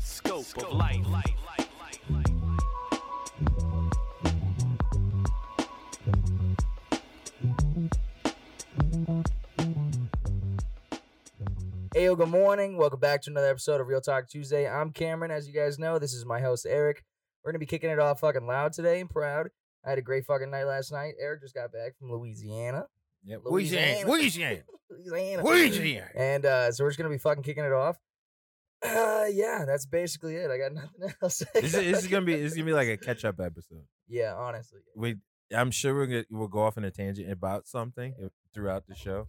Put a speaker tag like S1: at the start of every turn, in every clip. S1: scope of life.
S2: Hey, yo, good morning. Welcome back to another episode of Real Talk Tuesday. I'm Cameron. As you guys know, this is my host, Eric. We're going to be kicking it off fucking loud today and proud. I had a great fucking night last night. Eric just got back from Louisiana.
S3: Yep. Louisiana.
S2: Louisiana.
S3: Louisiana.
S2: Louisiana.
S3: Louisiana.
S2: And uh, so we're just going to be fucking kicking it off. Uh, yeah, that's basically it. I got nothing else.
S3: This is, this is gonna be this is gonna be like a catch up episode.
S2: Yeah, honestly.
S3: We I'm sure we're gonna we'll go off on a tangent about something if- throughout the show.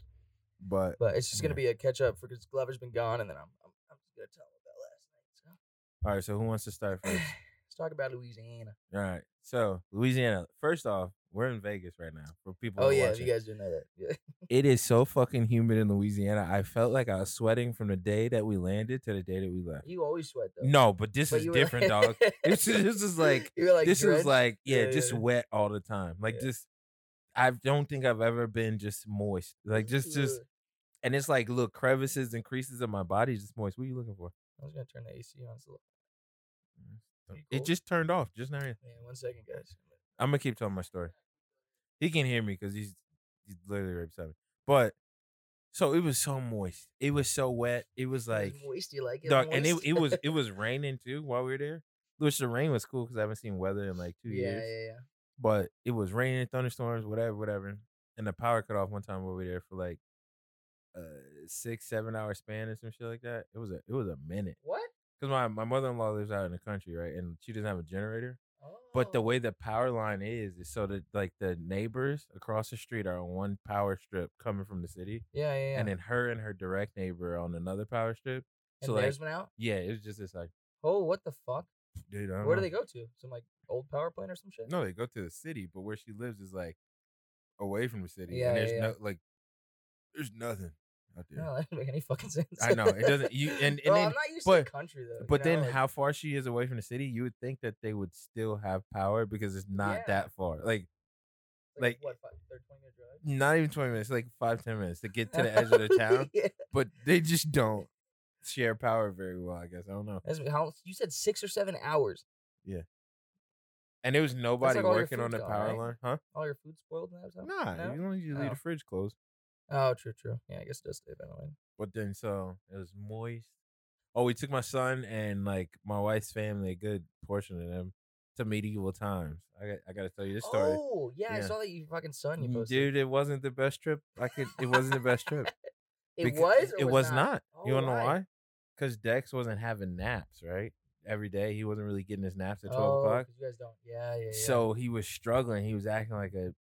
S3: But
S2: But it's just going
S3: Yeah.
S2: to be a catch up because Glover's been gone, and then I'm, I'm, I'm just going to tell him about last night. So.
S3: all right, so who wants to start first?
S2: Let's talk about Louisiana.
S3: All right. So Louisiana. First off, we're in Vegas right now. For people who
S2: Oh
S3: are
S2: yeah, if
S3: watching.
S2: you guys didn't know that. Yeah.
S3: it is so fucking humid in Louisiana. I felt like I was sweating from the day that we landed to the day that we left.
S2: You always sweat though.
S3: No, but this
S2: But
S3: is
S2: you were
S3: different,
S2: like-
S3: dog. This is this is like
S2: you were like
S3: this
S2: drenched.
S3: is like yeah,
S2: Yeah,
S3: just
S2: yeah.
S3: wet all the time. Like
S2: Yeah.
S3: just I don't think I've ever been just moist. Like just just
S2: Ugh.
S3: and it's like little crevices and creases in my body just moist. What are you looking for?
S2: I was gonna turn the AC on. So Pretty cool.
S3: It just turned off. Just now.
S2: yeah, one second, guys.
S3: I'm gonna keep telling my story. He can hear me because he's he's literally right beside me. But so it was so moist. It was so wet. It was like
S2: moist, you like it?
S3: dog, and it,
S2: moist?
S3: it was it was raining too while we were there. Which the rain was cool because I haven't seen weather in like two
S2: yeah,
S3: years.
S2: yeah, yeah.
S3: But it was raining, thunderstorms, whatever, whatever. And the power cut off one time we were there for like uh six, seven hour span or some shit like that. It was a it was a minute.
S2: What?
S3: Because my, my mother in law lives out in the country, right? And she doesn't have a generator.
S2: Oh.
S3: But the way the power line is, is so that like the neighbors across the street are on one power strip coming from the city.
S2: Yeah, yeah, yeah.
S3: And then her and her direct neighbor are on another power strip.
S2: And
S3: so, like-
S2: theirs went out.
S3: Yeah, it was just this like,
S2: Oh, what the fuck?
S3: dude, I don't
S2: Where
S3: know.
S2: do they go to? Some like old power plant or some shit?
S3: No, they go to the city, but where she lives is like away from the city.
S2: Yeah,
S3: and there's
S2: yeah, yeah.
S3: no like there's nothing out there.
S2: No, that doesn't make any fucking sense.
S3: I know, it doesn't- you- and- and
S2: Bro,
S3: then-
S2: I'm not used to
S3: but-
S2: the country though. you
S3: but then
S2: know, like-
S3: how far she is away from the city, you would think that they would still have power because it's not
S2: Yeah.
S3: that far. Like like-
S2: what? Five, they're 20 minute drive.
S3: not even twenty minutes, like five, ten minutes to get to the edge of the town.
S2: yeah.
S3: But they just don't share power very well, I guess. I don't know.
S2: That's how you said six or seven hours.
S3: And there was nobody
S2: like all your
S3: working on
S2: food's
S3: the
S2: gone,
S3: power
S2: right?
S3: line. Huh?
S2: All your food spoiled in that time?
S3: Nah,
S2: No?
S3: as long as you leave
S2: Oh.
S3: the fridge closed.
S2: Oh, true, true. Yeah, I guess it does stay that way.
S3: But then so it was moist. Oh, we took my son and like my wife's family, a good portion of them, to medieval times. I got, I got to tell you this story,
S2: Oh, yeah, I
S3: Yeah.
S2: saw that your fucking son you
S3: Mm,
S2: posted.
S3: dude. It wasn't the best trip. I could. It wasn't the best trip.
S2: it
S3: Becau-
S2: was. or
S3: It was not. you
S2: Oh,
S3: wanna know why? Because Dex wasn't having naps right every day. He wasn't really getting his naps at twelve
S2: Oh,
S3: o'clock.
S2: 'cause You guys don't. Yeah, yeah. yeah.
S3: So he was struggling. He was acting like a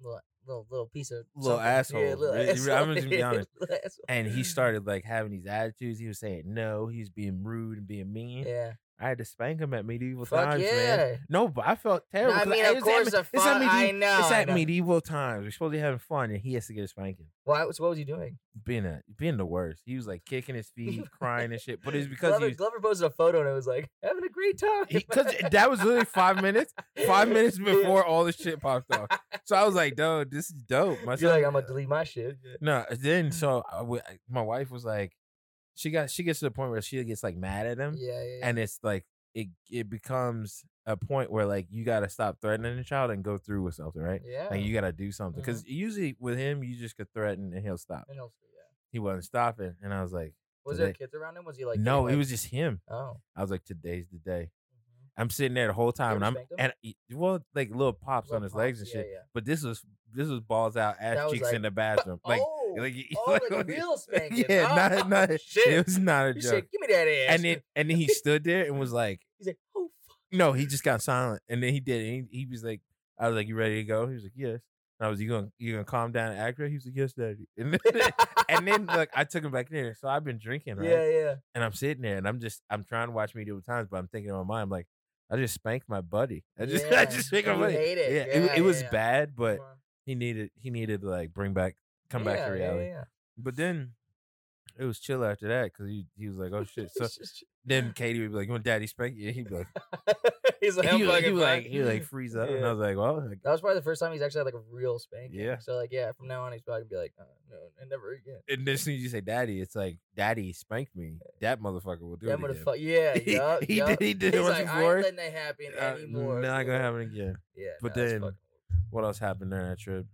S2: little, little, little piece of
S3: Little
S2: something. Yeah,
S3: asshole. Re- re- I'm
S2: asshole.
S3: just gonna be honest.
S2: Little asshole.
S3: and he started like having these attitudes. He was saying no. He was being rude and being mean.
S2: Yeah.
S3: I had to spank him at medieval
S2: Fuck
S3: times, man.
S2: yeah.
S3: No, but I felt
S2: No,
S3: terrible.
S2: I
S3: 'cause
S2: mean,
S3: it's
S2: of
S3: at
S2: course,
S3: me-
S2: the
S3: it's
S2: fun.
S3: at,
S2: I
S3: medieval,
S2: know.
S3: it's
S2: I
S3: at
S2: know.
S3: medieval times. We're supposed to be having fun, and he has to get a spanking.
S2: Why? So what was he doing?
S3: Being a being the worst. He was like kicking his feet, crying and shit. But it's because
S2: Glover,
S3: he was
S2: Glover posted a photo and it was like having a great time.
S3: because that was literally five minutes, five minutes before all this shit popped off. So I was like, "Dude, this is dope." My
S2: You're like,
S3: son-
S2: I'm gonna delete my shit.
S3: No, then so I w- I- my wife was like, she got she gets to the point where she gets like mad at him,
S2: Yeah, yeah.
S3: and it's like it it becomes a point where like you got to stop threatening the child and go through with something, right?
S2: yeah.
S3: Like you gotta do something.
S2: Mhm.
S3: because usually with him, you just could threaten and he'll stop.
S2: And also, yeah.
S3: He wasn't stopping, and I was like,
S2: Was there
S3: today.
S2: kids around him? Was he like
S3: no,
S2: getting,
S3: it
S2: like-
S3: was just him.
S2: Oh.
S3: I was like, today's the day.
S2: Mhm.
S3: I'm sitting there the whole time, and
S2: ever
S3: I'm
S2: spanked him?
S3: and he- well, like little pops on
S2: Little
S3: his legs and
S2: pops, yeah,
S3: shit.
S2: yeah.
S3: But this was this was balls out,
S2: That
S3: ass
S2: was
S3: cheeks
S2: like,
S3: in the bathroom, like
S2: oh,
S3: like,
S2: oh, like a real spanking.
S3: yeah,
S2: oh,
S3: not not
S2: shit.
S3: it was not a
S2: You
S3: joke.
S2: said, "Give me that ass."
S3: And then and then he stood there and was like,
S2: he's like, "Oh fuck."
S3: no, he just got silent, and then he did. It. He, he was like, I was like, you ready to go? He was like, yes. And I was, you gonna you gonna calm down and act right? He was like, yes, daddy. And then, and then like I took him back there. So I've been drinking, right?
S2: yeah, yeah.
S3: And I'm sitting there and I'm just I'm trying to watch Medieval Times, but I'm thinking in my mind, I'm like, I just spanked my buddy. I just
S2: Yeah,
S3: I just spanked my
S2: you
S3: buddy.
S2: hate it.
S3: Yeah, it,
S2: Yeah,
S3: it was
S2: yeah, yeah.
S3: bad, but
S2: Come on.
S3: he needed he needed to like bring back come back
S2: Yeah,
S3: to
S2: yeah,
S3: reality.
S2: yeah.
S3: But then it was chill after that because he he was like, oh shit. So
S2: It's just-
S3: then Katie would be like, you want daddy spank you? And he'd be like,
S2: he's like,
S3: he,
S2: I'm
S3: was, like- he
S2: fucking
S3: was like,
S2: fine."
S3: he was like, freeze up. And
S2: Yeah.
S3: I was like, well, like,
S2: That was probably the first time he's actually had like a real spanking.
S3: Yeah.
S2: So like, yeah, from now on he's probably gonna be like, uh, no, and never again.
S3: and then as soon as you say daddy, it's like, daddy spanked me. That motherfucker will do
S2: That
S3: it. again.
S2: motherfucker. Yeah.
S3: He-
S2: yup,
S3: he
S2: yup.
S3: did- he did it
S2: He's
S3: once
S2: like, I
S3: before.
S2: ain't letting that happen
S3: Uh,
S2: anymore.
S3: Not
S2: yeah.
S3: gonna happen again.
S2: Yeah.
S3: But
S2: no, that's
S3: then-
S2: fucking-
S3: What else happened during that trip?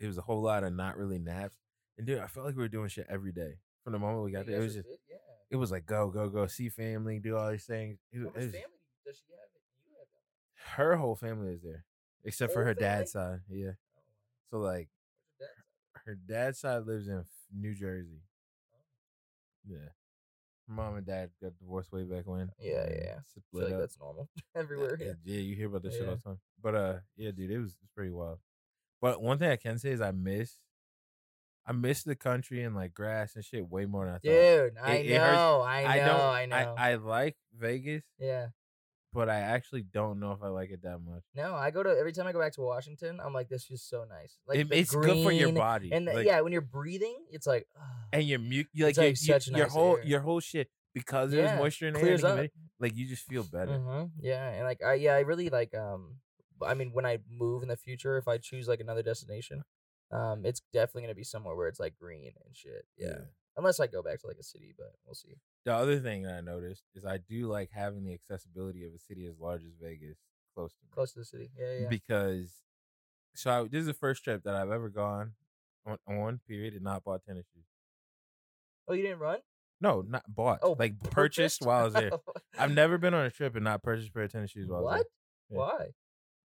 S3: It was a whole lot of not really naps. And dude, I felt like we were doing shit every day from the moment we got
S2: You
S3: there. It
S2: guys
S3: was
S2: are
S3: just,
S2: good, yeah.
S3: it was like go, go, go, see family, do all these things. It,
S2: How
S3: was-
S2: much
S3: it was,
S2: family does she have? You have that.
S3: her whole family is there, except for
S2: Whole
S3: her dad's side. Yeah. So like,
S2: Oh, that's-
S3: her dad's side lives in New Jersey.
S2: Oh.
S3: Yeah. Her mom and dad got divorced way back when.
S2: Yeah,
S3: and
S2: yeah. I
S3: Split
S2: feel like
S3: up.
S2: that's normal everywhere.
S3: Yeah,
S2: Yeah.
S3: yeah, you hear about this shit
S2: Yeah.
S3: all the time. But uh, yeah, dude, it was, it was pretty wild. But one thing I can say is I miss, I miss the country and like grass and shit way more than I thought.
S2: Dude, I
S3: it hurts-
S2: know, I
S3: I
S2: know,
S3: don't.
S2: I know.
S3: I, I like Vegas,
S2: yeah.
S3: but I actually don't know if I like it that much.
S2: No, I go to every time I go back to Washington, I'm like, this is so nice. Like
S3: It-
S2: the
S3: it's good for your
S2: green
S3: body,
S2: And the-
S3: like,
S2: yeah, when you're breathing, it's like
S3: and your mu- you like
S2: It's,
S3: your,
S2: like,
S3: your-
S2: such
S3: your
S2: nice
S3: whole
S2: air.
S3: your whole shit because there's
S2: Yeah,
S3: moisture in the air,
S2: clears
S3: and
S2: up.
S3: humidity, like you just feel better.
S2: hmm Yeah, and like I yeah, I really like um b- I mean when I move in the future, if I choose like another destination, um it's definitely gonna be somewhere where it's like green and shit. Yeah. Unless I go back to like a city, but we'll see.
S3: The other thing that I noticed is I do like having the accessibility of a city as large as Vegas close to me.
S2: Close to the city. Yeah, yeah.
S3: Because, so I, this is the first trip that I've ever gone on, on period and not bought tennis shoes.
S2: oh, you didn't run?
S3: No, not bought.
S2: Oh,
S3: like purchased, while I was there. I've never been on a trip and not purchased a pair of tennis shoes while I was
S2: What?
S3: Yeah.
S2: Why?
S3: there.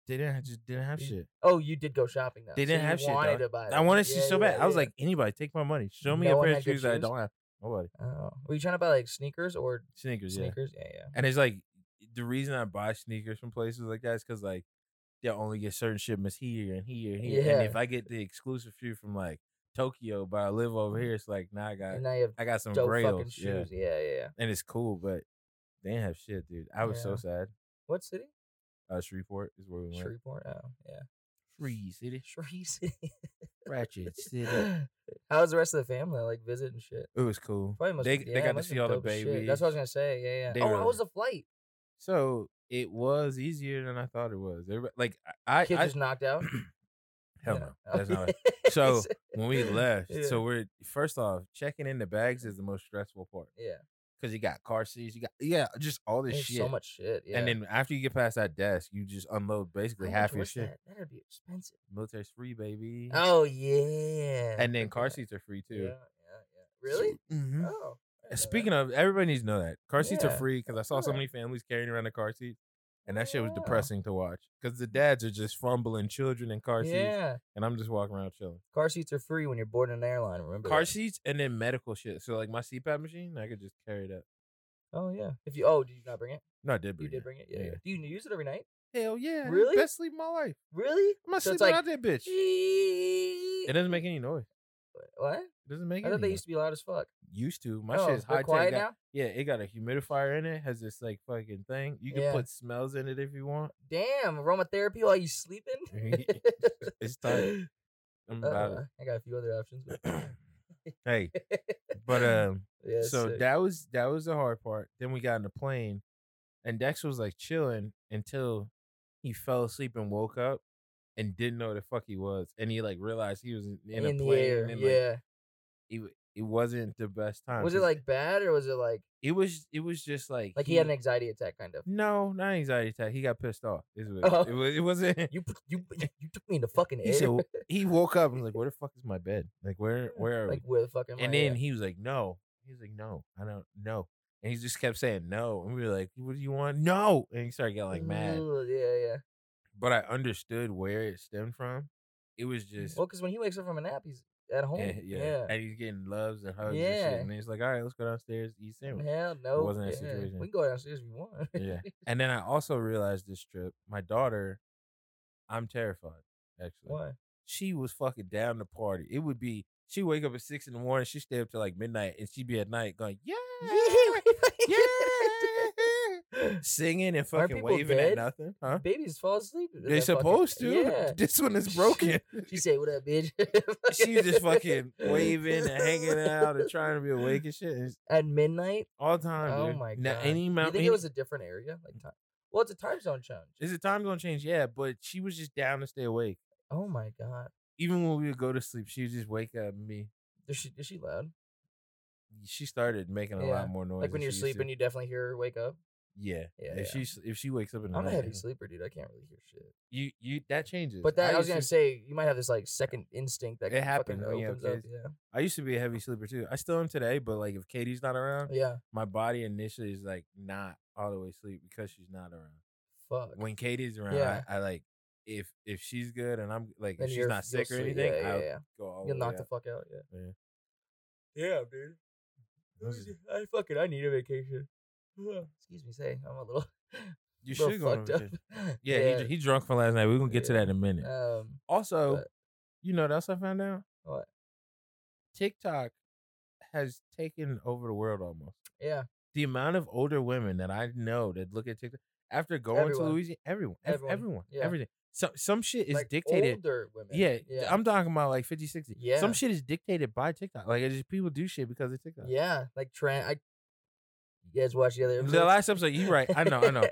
S3: They didn't have, just didn't have
S2: You-
S3: shit.
S2: Oh, you did go shopping though.
S3: They didn't
S2: you
S3: have shit,
S2: Wanted
S3: dog.
S2: to buy
S3: I
S2: them.
S3: wanted shoes
S2: Yeah,
S3: so bad.
S2: yeah,
S3: I was
S2: yeah.
S3: like, anybody, take my money. Show me
S2: No
S3: a
S2: one
S3: pair of
S2: had good
S3: shoes that I
S2: shoes?
S3: don't have. Nobody.
S2: Oh, were you trying to buy like sneakers or
S3: Sneakers, yeah.
S2: sneakers? Yeah, yeah.
S3: And it's like the reason I buy sneakers from places like that is because like they only get certain shipments here and here and here.
S2: Yeah.
S3: And if I get the exclusive shoe from like Tokyo, but I live
S2: Mm.
S3: over here, it's like now I got
S2: And now you have
S3: I got Uh, some
S2: dope
S3: grails,
S2: fucking
S3: yeah,
S2: shoes. Yeah, yeah. yeah.
S3: and it's cool, but they didn't have shit, dude. I was
S2: Yeah.
S3: so sad.
S2: What city?
S3: Uh, Shreveport is where we went.
S2: Shreveport. Oh, yeah.
S3: Shree City,
S2: Shree City.
S3: Ratchet
S2: How's the rest of the family like visit and shit?
S3: It was cool.
S2: Probably must.
S3: they
S2: yeah,
S3: they got to
S2: must
S3: see
S2: been
S3: all the
S2: dope as shit. That's
S3: babies.
S2: what I was gonna say. Yeah,
S3: They
S2: yeah. Oh,
S3: were-
S2: how was the flight?
S3: so it was easier than I thought it was. Everybody, like I,
S2: Kids
S3: I
S2: just knocked out.
S3: hell
S2: Yeah.
S3: no,
S2: Oh,
S3: that's not.
S2: yeah.
S3: So, when we left.
S2: Yeah.
S3: So we're first off checking in the bags is the most stressful part
S2: yeah,
S3: because you got car seats, you got yeah, just all this
S2: there's
S3: shit.
S2: so much shit. Yeah.
S3: And then after you get past that desk, you just unload basically
S2: How
S3: half
S2: much
S3: your
S2: was
S3: shit.
S2: That? That'd be expensive.
S3: Military's free, baby.
S2: Oh yeah.
S3: and then
S2: Fuck
S3: car
S2: yeah.
S3: seats are free
S2: Yeah,
S3: too.
S2: yeah, yeah. Really?
S3: Mhm.
S2: Oh.
S3: Uh, Speaking of, everybody needs to know that car seats are
S2: Yeah,
S3: free because I saw so
S2: yeah.
S3: many families carrying around a car seat, and that shit was
S2: Wow.
S3: depressing to watch because the dads are just fumbling children in car seats,
S2: yeah.
S3: and I'm just walking around chilling.
S2: Car seats are free when you're boarding an airline. Remember?
S3: Car
S2: that.
S3: seats and then medical shit. So like my CPAP machine, I could just carry it up.
S2: Oh yeah. If you oh, did you not bring it?
S3: No, I did. bring
S2: You
S3: it.
S2: did bring it. Yeah.
S3: Yeah.
S2: yeah. Do you use it every night?
S3: Hell yeah.
S2: Really?
S3: Best sleep of my life.
S2: Really?
S3: I'm not
S2: So it's
S3: sleeping
S2: like, e
S3: out there, bitch. It
S2: It
S3: doesn't make any noise.
S2: What?
S3: It doesn't make
S2: I
S3: any
S2: thought they
S3: noise.
S2: used to be loud as fuck.
S3: Used to. My
S2: oh,
S3: shit is
S2: they're
S3: high tech.
S2: quiet
S3: Got-
S2: now.
S3: Yeah, it got a humidifier in it. Has this like fucking thing. You can
S2: Yeah.
S3: put smells in it if you want.
S2: Damn, aromatherapy while you sleeping.
S3: It's tight. I'm about
S2: Uh, I got a few other options.
S3: it.
S2: But...
S3: hey, but um,
S2: yeah, it's
S3: so
S2: sick.
S3: that was that was the hard part. Then we got in the plane, and Dex was like chilling until he fell asleep and woke up and didn't know where the fuck he was, and he like realized he was in, in a
S2: the
S3: plane.
S2: air.
S3: And, like,
S2: yeah.
S3: it w- it wasn't the best time.
S2: was it
S3: 'cause
S2: like bad or was it like
S3: it was it was just like
S2: like he, had an anxiety attack kind of?
S3: no not anxiety attack. He got pissed off. Is what it, was.
S2: Oh.
S3: it was. It wasn't.
S2: You put- you you took me in the fucking
S3: Eh, He
S2: air.
S3: said "Well," he woke up and was like, "Where the fuck is my bed? Like where where are
S2: like
S3: we?"
S2: where the fuck am I?
S3: And
S2: Yeah.
S3: then he was like, "No." He was like, "No, I don't know." And he just kept saying no, and we were like, "What do you want? No!" And he started getting like mad.
S2: Ooh, yeah, yeah.
S3: But I understood where it stemmed from. It was just
S2: Mm, Well, because when he wakes up from a nap, he's at home.
S3: eh, yeah,
S2: yeah.
S3: and he's getting loves and hugs and
S2: Yeah.
S3: shit. And he's like, "All right, let's go downstairs, eat sandwich."
S2: Hell no.
S3: wasn't that
S2: yeah.
S3: situation.
S2: We can go downstairs if you want.
S3: Yeah. And then I also realized this trip, my daughter, I'm terrified, actually.
S2: Why?
S3: She was fucking down to party. It would be she wake up at six in the morning, she stay up till like midnight, and she'd be at night going, Yeah, yeah, singing and fucking
S2: people
S3: waving at
S2: dead?
S3: nothing. Huh?
S2: Babies fall asleep. in
S3: They're
S2: that fucking-
S3: supposed to.
S2: Yeah.
S3: This one is broken.
S2: She said, "What up, bitch?"
S3: she was just fucking waving and hanging out and trying to be awake and shit. It's
S2: at midnight.
S3: all the time.
S2: Oh
S3: dude.
S2: my
S3: Now,
S2: god!
S3: any
S2: you
S3: amount
S2: think
S3: any-
S2: it was a different area, like time? Well, it's a time zone change.
S3: Is the time gonna change? Yeah, but she was just down to stay awake.
S2: Oh my god.
S3: Even when we would go to sleep, she would just wake up me.
S2: Is she is she loud?
S3: She started making a
S2: Yeah,
S3: lot more noise.
S2: Like when
S3: than
S2: you're
S3: she used to.
S2: sleeping, you definitely hear her wake up.
S3: Yeah.
S2: Yeah,
S3: If
S2: yeah.
S3: she s- if she wakes up in the
S2: I'm a
S3: night,
S2: heavy sleeper, dude. I can't really hear shit.
S3: you you that changes.
S2: But that I, was
S3: used
S2: gonna
S3: to-
S2: say you might have this like second instinct that
S3: It
S2: fucking
S3: happens when you have
S2: opens up.
S3: kids.
S2: Yeah,
S3: I used to be a heavy sleeper too. I still am today, but like if Katie's not around,
S2: yeah.
S3: my body initially is like not all the way asleep because she's not around.
S2: Fuck.
S3: When Katie's around,
S2: Yeah.
S3: I, I like if if she's good and I'm like
S2: Then
S3: if she's
S2: you're-
S3: not
S2: you'll
S3: sick or
S2: sleep.
S3: anything,
S2: Yeah,
S3: I'll
S2: yeah, yeah.
S3: go all the
S2: You'll
S3: way
S2: knock the
S3: out.
S2: fuck out. Yeah.
S3: Yeah.
S2: Yeah, dude.
S3: Those are-
S2: I fucking I need a vacation. Excuse me, say I'm a little,
S3: You
S2: little
S3: should go on
S2: fucked up.
S3: vacation. Yeah, He, dr- he drunk from last night. We're gonna get to
S2: Yeah.
S3: that in a minute.
S2: um,
S3: also,
S2: but-
S3: you know what else I found out?
S2: What?
S3: TikTok has taken over the world almost.
S2: yeah,
S3: the amount of older women that I know that look at TikTok after going
S2: Everyone.
S3: to Louisiana, everyone, ev-
S2: Everyone,
S3: everyone,
S2: yeah.
S3: everything. Some some shit is
S2: like
S3: dictated.
S2: older women.
S3: Yeah,
S2: yeah,
S3: I'm talking about like 50, 60.
S2: Yeah.
S3: Some shit is dictated by TikTok. Like it's just people do shit because of TikTok.
S2: yeah, like trend. I you guys watch the other
S3: The
S2: episode?
S3: last episode, you right. I know, I know.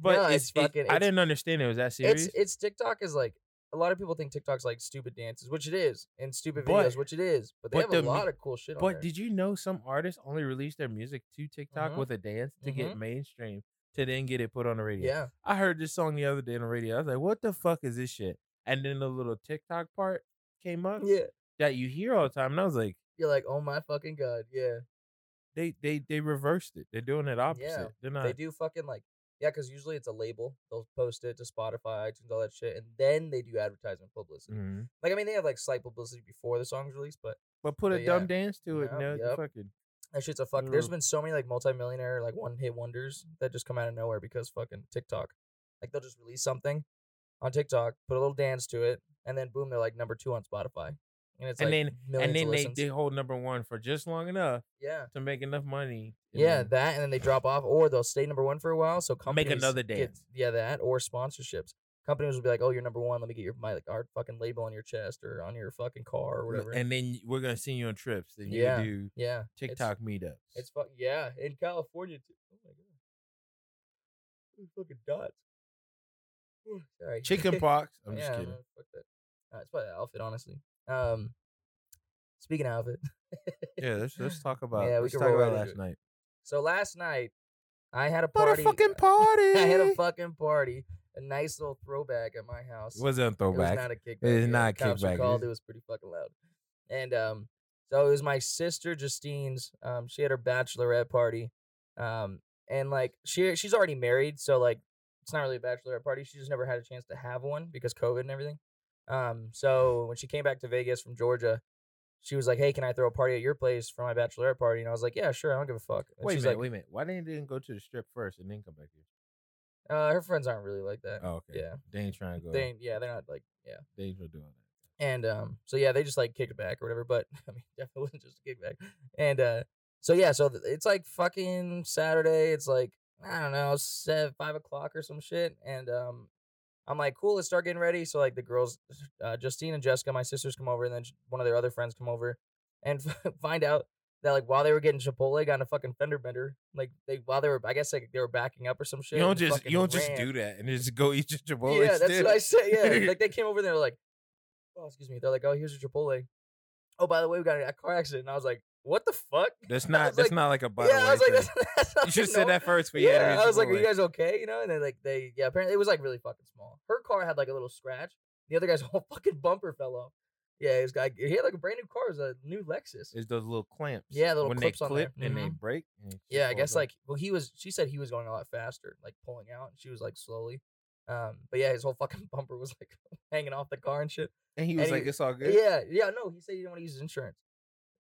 S3: But
S2: No,
S3: it's, it-
S2: fucking.
S3: I
S2: it's-
S3: didn't understand it was that serious.
S2: It's it's TikTok is like a lot of people think TikTok's like stupid dances, which it is, and stupid
S3: But-
S2: videos, which it is. But they
S3: but
S2: have a
S3: the mu-
S2: lot of cool shit on
S3: but
S2: there.
S3: did you know some artists only release their music to TikTok
S2: Mhm.
S3: with a dance to
S2: Mhm.
S3: get mainstream to then get it put on the radio?
S2: yeah,
S3: I heard this song the other day on the radio. I was like, what the fuck is this shit? And then the little TikTok part came up.
S2: yeah.
S3: that you hear all the time. And I was like,
S2: You're like, oh my fucking god, yeah.
S3: they they they reversed it. They're doing it opposite. They're not.
S2: They do fucking like, yeah, because usually it's a label. They'll post it to Spotify, iTunes, all that shit, and then they do advertisement publicity.
S3: Mhm.
S2: Like, I mean, they have like slight publicity before the song's released, but
S3: But put a
S2: But
S3: dumb
S2: yeah.
S3: dance to it.
S2: Yep,
S3: no,
S2: yep.
S3: fucking.
S2: that shit's a fuck. There's
S3: Mm.
S2: been so many like multimillionaire, like one hit wonders that just come out of nowhere because fucking TikTok. Like, they'll just release something on TikTok, put a little dance to it, and then boom, they're like number two on Spotify. And it's
S3: And
S2: like
S3: then-
S2: millions
S3: and then
S2: of
S3: they,
S2: listens.
S3: they hold number one for just long enough
S2: yeah.
S3: to make enough money. and
S2: Yeah,
S3: then-
S2: that, and then they drop off, or they'll stay number one for a while. So companies
S3: another
S2: get-
S3: dance.
S2: yeah, that or sponsorships. Companies will be like, "Oh, you're number one. Let me get your my like our fucking label on your chest or on your fucking car or whatever."
S3: And then y- we're gonna send you on trips. Then you
S2: Yeah.
S3: do
S2: yeah, it's-
S3: TikTok meetups.
S2: It's, fuck yeah, in California too. Oh my god, Those fucking dots. Ooh, Sorry,
S3: chicken pox. I'm
S2: Yeah,
S3: just kidding.
S2: no, fuck that. Uh, it's probably the outfit, honestly. Um, speaking of outfit,
S3: Yeah, let's let's talk about.
S2: Yeah, we
S3: let's
S2: can
S3: talk
S2: roll
S3: about
S2: right
S3: last
S2: into
S3: night.
S2: So last night, I had a
S3: What
S2: party.
S3: a fucking party! uh,
S2: I had a fucking party, a nice little throwback at my house.
S3: It wasn't a
S2: It was
S3: throwback.
S2: not a kickback.
S3: is
S2: yeah.
S3: not a
S2: Cops were
S3: kickback, it
S2: Called.
S3: is-
S2: It was pretty fucking loud. And um, so it was my sister Justine's. Um, she had her bachelorette party. Um, and like she she's already married, so like it's not really a bachelorette party. She just never had a chance to have one because COVID and everything. Um, so when she came back to Vegas from Georgia, she was like, "Hey, can I throw a party at your place for my bachelorette party?" And I was like, "Yeah, sure. I don't give a fuck." And
S3: wait a
S2: she's
S3: minute.
S2: like,
S3: wait a minute. Why didn't they go to the strip first and then come back here?
S2: uh, her friends aren't really like that.
S3: Oh, okay.
S2: yeah.
S3: They ain't trying to go.
S2: They ain't- yeah, they're not like yeah.
S3: they ain't gonna do all that.
S2: And um, so yeah, they just like kicked it back or whatever. But I mean, definitely wasn't just a kickback. And uh, so yeah, so th- it's like fucking Saturday. It's like I don't know, seven, five o'clock or some shit. And um, I'm like, cool, let's start getting ready. So like the girls, uh, Justine and Jessica, my sisters, come over, and then sh- one of their other friends come over, and find out that like while they were getting Chipotle, got in a fucking fender bender. Like they while they were, I guess like they were backing up or some shit.
S3: You don't
S2: and
S3: just
S2: fucking
S3: you don't just
S2: ran.
S3: do that and just go eat your Chipotle.
S2: Yeah, that's
S3: still.
S2: what I said. Yeah, like they came over there like, oh excuse me, they're like, oh here's your Chipotle. Oh by the way, we got in a car accident, and I was like, what the fuck?
S3: That's
S2: I
S3: not
S2: was
S3: that's
S2: like-
S3: not like a by the
S2: yeah, I
S3: way
S2: was like,
S3: thing.
S2: that's, that's not
S3: You should have
S2: no-
S3: said that first. But yeah,
S2: Yeah, I was like, are you guys okay? You know, and they like they yeah. Apparently, it was like really fucking small. Her car had like a little scratch. The other guy's whole fucking bumper fell off. Yeah, his guy he had like a brand new car. It was a new Lexus.
S3: Is those little clamps?
S2: Yeah, little
S3: when
S2: clips
S3: they
S2: on there.
S3: clip and they
S2: Mhm.
S3: break. and it
S2: Yeah, I
S3: falls
S2: guess
S3: off.
S2: like well he was she said he was going a lot faster, like pulling out, and she was like slowly. Um, but yeah, his whole fucking bumper was like hanging off the car and shit.
S3: and he was
S2: and
S3: like,
S2: he-
S3: "It's all good."
S2: Yeah, yeah, no, he said he didn't want to use his insurance.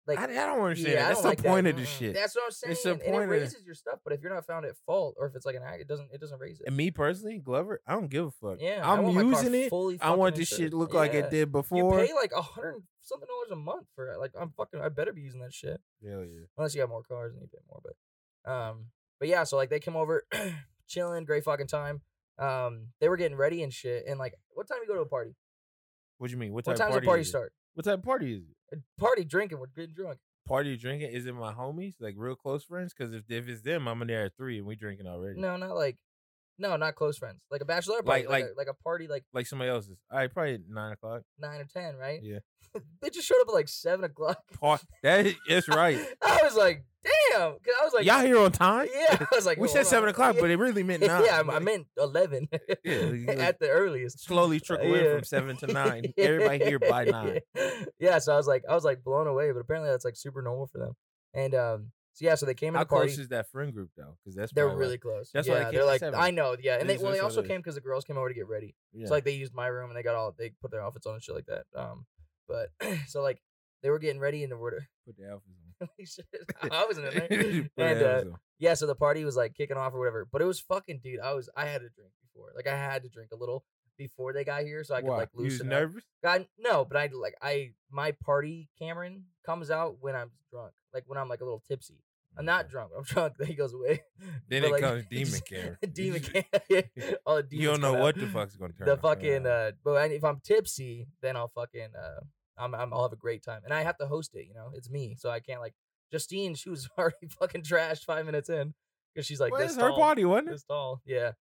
S2: Like,
S3: I, I don't understand.
S2: yeah, I
S3: that. That's
S2: don't
S3: the
S2: like that.
S3: point of this
S2: Mm-mm.
S3: shit.
S2: That's what I'm saying.
S3: It's the
S2: and it
S3: point of-
S2: raises your stuff, but if you're not found at fault or if it's like an act, it doesn't it doesn't raise it.
S3: and me personally, Glover, I don't give a fuck.
S2: yeah, I
S3: I'm
S2: want my car
S3: using it.
S2: fully
S3: I want
S2: fucking
S3: this shit
S2: insured.
S3: look like
S2: Yeah.
S3: it did
S2: You
S3: before.
S2: pay like a hundred something dollars a month for it. Like I'm fucking. I better be using that shit.
S3: Hell yeah.
S2: unless you got more cars and you pay more. But, um, but yeah, so like they come over, chilling, great fucking time. Um, they were getting ready and shit. And like, what time you go to a party?
S3: What do you mean? What
S2: What
S3: type
S2: time
S3: of party
S2: does a party
S3: is it?
S2: start?
S3: What type of party is it?
S2: Party drinking, we're getting drunk.
S3: Party drinking? Is it my homies, like real close friends? Because if if it's them, I'm in there at three and we drinking already.
S2: No, not like, No, not close friends. Like a bachelor
S3: Like-
S2: party, like
S3: like-
S2: a, like a party like
S3: Like somebody else's. All right, probably at nine o'clock.
S2: nine or ten, right?
S3: Yeah.
S2: they just showed up at like seven o'clock.
S3: Part that is that's right.
S2: I was like, damn, 'cause I was like,
S3: Y'all here on time?
S2: yeah. I was like,
S3: we
S2: "Well,
S3: said
S2: hold on."
S3: seven o'clock,
S2: Yeah.
S3: but it really meant nine.
S2: yeah, I- I
S3: Like,
S2: meant eleven
S3: Yeah, like, like-
S2: at the earliest. Uh,
S3: slowly trickle in
S2: yeah.
S3: from seven to nine. Everybody here by nine.
S2: Yeah, so I was like, I was like blown away, but apparently that's like super normal for them. And um, so yeah, so they came in
S3: How
S2: the party.
S3: close is that friend group though? Because that's
S2: They're
S3: probably why-
S2: really close.
S3: That's why
S2: yeah,
S3: they came
S2: they're
S3: at
S2: like,
S3: seven.
S2: I know, yeah, and they,
S3: That's-
S2: well, they
S3: that's what
S2: also
S3: it
S2: came because the girls came over to get ready.
S3: yeah.
S2: So like they used my room and they got all they put their outfits on and shit like that. Um, but so like they were getting ready and they were
S3: put the alphas
S2: holy shit, I wasn't in
S3: on.
S2: there.
S3: Put the
S2: and uh,
S3: alphas on.
S2: yeah, so the party was like kicking off or whatever. But it was fucking dude. I was I had a drink before. Like I had to drink a little before they got here so I could
S3: Why?
S2: like
S3: You was
S2: loosen up.
S3: nervous.
S2: God, no, but I like I my party Cameron comes out when I'm drunk, like when I'm like a little tipsy. I'm Uh, not
S3: Okay.
S2: drunk. I'm drunk. Then he goes away.
S3: Then
S2: But,
S3: it
S2: like,
S3: comes
S2: he
S3: demon
S2: just-
S3: care.
S2: demon care. All the
S3: You don't
S2: demons
S3: know
S2: come out.
S3: what the fuck's gonna turn.
S2: The
S3: up.
S2: fucking uh, but I- if I'm tipsy, then I'll fucking uh, I'm, I'm I'll have a great time, and I have to host it. You know, it's me, so I can't like Justine. She was already fucking trashed five minutes in because she's like
S3: well,
S2: this
S3: it's her
S2: tall,
S3: party, wasn't it?
S2: This tall, yeah.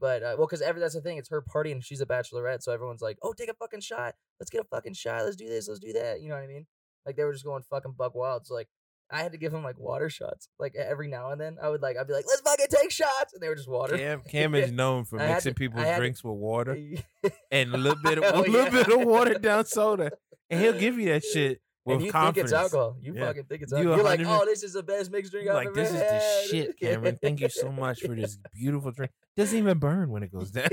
S2: But uh, well, because every that's the thing. It's her party, and she's a bachelorette, so everyone's like, "Oh, take a fucking shot. Let's get a fucking shot. Let's do this. Let's do that." You know what I mean? Like they were just going fucking buck wild. So like. I had to give them like water shots, like e-, every now and then. I would like, I'd be like, "Let's fucking take shots," and they were just water.
S3: Cam, Cam is known for
S2: I had
S3: mixing
S2: to- I
S3: people's
S2: had to-
S3: drinks with water
S2: And
S3: and a little bit of a
S2: Hell
S3: little
S2: yeah.
S3: bit of watered down soda, and he'll give you that shit with
S2: you
S3: confidence.
S2: think it's alcohol? You
S3: Yeah.
S2: fucking think it's
S3: You
S2: alcohol? You're like,
S3: 100
S2: oh, this is the best mixed drink
S3: You're
S2: I've
S3: like
S2: ever
S3: this is
S2: had.
S3: the shit, Cameron. Thank you so much for this beautiful drink. Doesn't even burn when it goes down.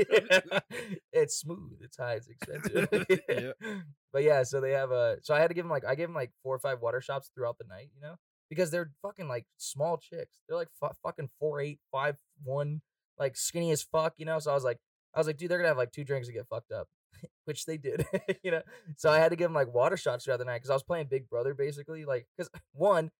S2: it's smooth. It's high. It's expensive.
S3: Yeah.
S2: But yeah, so they have a. So I had to give them like I gave them like four or five water shots throughout the night, you know, because they're fucking like small chicks. They're like fu- fucking four eight, five one, like skinny as fuck, you know. So I was like, I was like, dude, they're gonna have like two drinks and get fucked up, which they did, you know. So I had to give them like water shots throughout the night because I was playing Big Brother basically, like because one,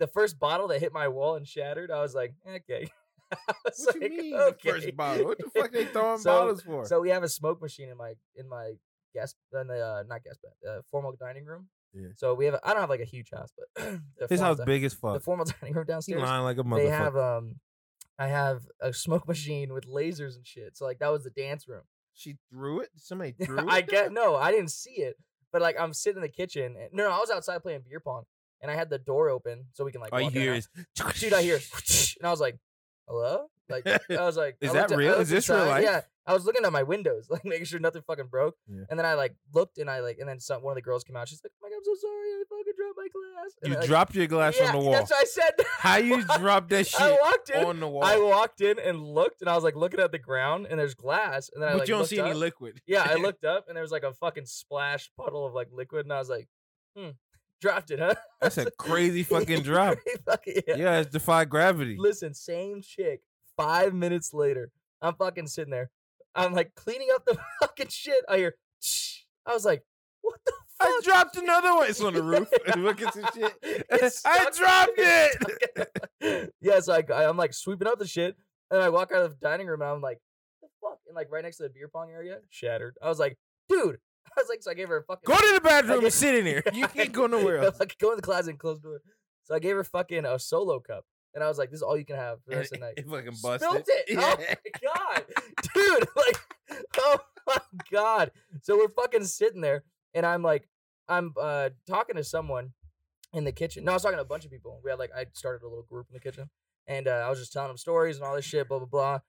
S2: the first bottle that hit my wall and shattered, I was like, okay. I was
S3: What
S2: like,
S3: you mean the
S2: okay.
S3: first bottle? What the fuck they throwing
S2: So-
S3: bottles for?
S2: So we have a smoke machine in my in my guest in the uh, not guest bed, uh, formal dining room.
S3: Yeah.
S2: So we have a, I don't have like a huge house, but the
S3: His
S2: formal
S3: house
S2: di-
S3: big as
S2: The
S3: fuck.
S2: formal dining room
S3: He
S2: downstairs.
S3: lying like a
S2: They
S3: motherfucker.
S2: have um, I have a smoke machine with lasers and shit. So like that was the dance room.
S3: She threw it. Somebody threw it.
S2: I
S3: there?
S2: get no, I didn't see it, but like I'm sitting in the kitchen. And, no, no, I was outside playing beer pong, and I had the door open so we can like.
S3: All you
S2: walk in and
S3: hear
S2: out.
S3: is
S2: dude, I hear, and I was like, hello? Like, I was like,
S3: Is
S2: I
S3: that
S2: looked at- I
S3: real? Is
S2: looked
S3: this real
S2: inside,
S3: life?
S2: Yeah. I was looking at my windows, like making sure nothing fucking broke.
S3: Yeah.
S2: And then I like looked and I like, and then some, one of the girls came out. She's like, oh my God, I'm so sorry. I fucking dropped my glass. And
S3: You
S2: I, like,
S3: dropped your glass
S2: yeah,
S3: on the wall.
S2: That's what I said.
S3: How you
S2: walked-
S3: dropped that
S2: I
S3: shit
S2: walked in.
S3: on the wall?
S2: I walked in and looked and I was like looking at the ground and there's glass. And then I
S3: but
S2: like,
S3: you don't
S2: looked
S3: see any
S2: up.
S3: liquid.
S2: Yeah, I looked up and there was like a fucking splash puddle of like liquid. And I was like, hmm, dropped it, huh?
S3: That's a crazy fucking drop.
S2: Fucking- yeah.
S3: Yeah, it's defy gravity.
S2: Listen, same chick. Five minutes later, I'm fucking sitting there. I'm like cleaning up the fucking shit. I hear. I was like, what the fuck?
S3: I dropped another one. It's on the roof. Look at some shit.
S2: It's
S3: I
S2: stuck-
S3: dropped
S2: it's
S3: it.
S2: stuck in my- yeah, so I, go- I'm like sweeping up the shit, and I walk out of the dining room, and I'm like, the fuck? And like right next to the beer pong area, shattered. I was like, dude. I was like, so I gave her a fucking.
S3: Go to the bathroom
S2: Okay.
S3: and sit in there. You can't go nowhere
S2: I was
S3: else.
S2: like, go in the closet and close the door. So I gave her fucking a solo cup, and I was like, this is all you can have for the
S3: And
S2: rest of the night.
S3: it fucking
S2: Spilt
S3: busted.
S2: it. Oh
S3: Yeah.
S2: my god, dude! Like, oh my god. So we're fucking sitting there, and I'm like, I'm uh talking to someone in the kitchen. No, I was talking to a bunch of people. We had like, I started a little group in the kitchen, and uh, I was just telling them stories and all this shit, blah blah blah.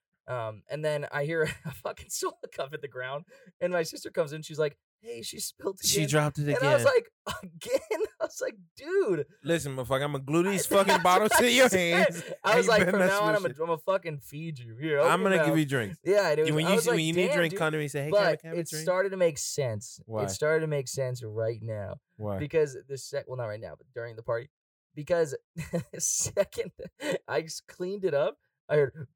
S2: Um, and then I hear a fucking soda cup hit the ground, and my sister comes in. She's like, "Hey, she spilled again."
S3: She dropped it
S2: and
S3: again.
S2: I was like, "Again?" I was like, "Dude."
S3: Listen, motherfucker, I'm gonna glue these
S2: That's
S3: fucking
S2: what
S3: bottles
S2: I
S3: to your
S2: said.
S3: hands.
S2: I
S3: and
S2: was
S3: you
S2: like,
S3: better
S2: from
S3: not
S2: now on, I'm
S3: switch
S2: gonna, I'm gonna fucking feed you. Here,
S3: it. I'm
S2: open your
S3: gonna give
S2: mouth."
S3: you drinks.
S2: Yeah, and it was,
S3: When
S2: I
S3: you
S2: was
S3: see
S2: like,
S3: when you need
S2: "Damn,
S3: drink,
S2: dude."
S3: come to me and say, "Hey, can I
S2: but
S3: have a
S2: it
S3: drink?"
S2: started to make sense.
S3: Why?
S2: It started to make sense right now
S3: Why?
S2: because the sec well not right now, but during the party because second I s- cleaned it up. I heard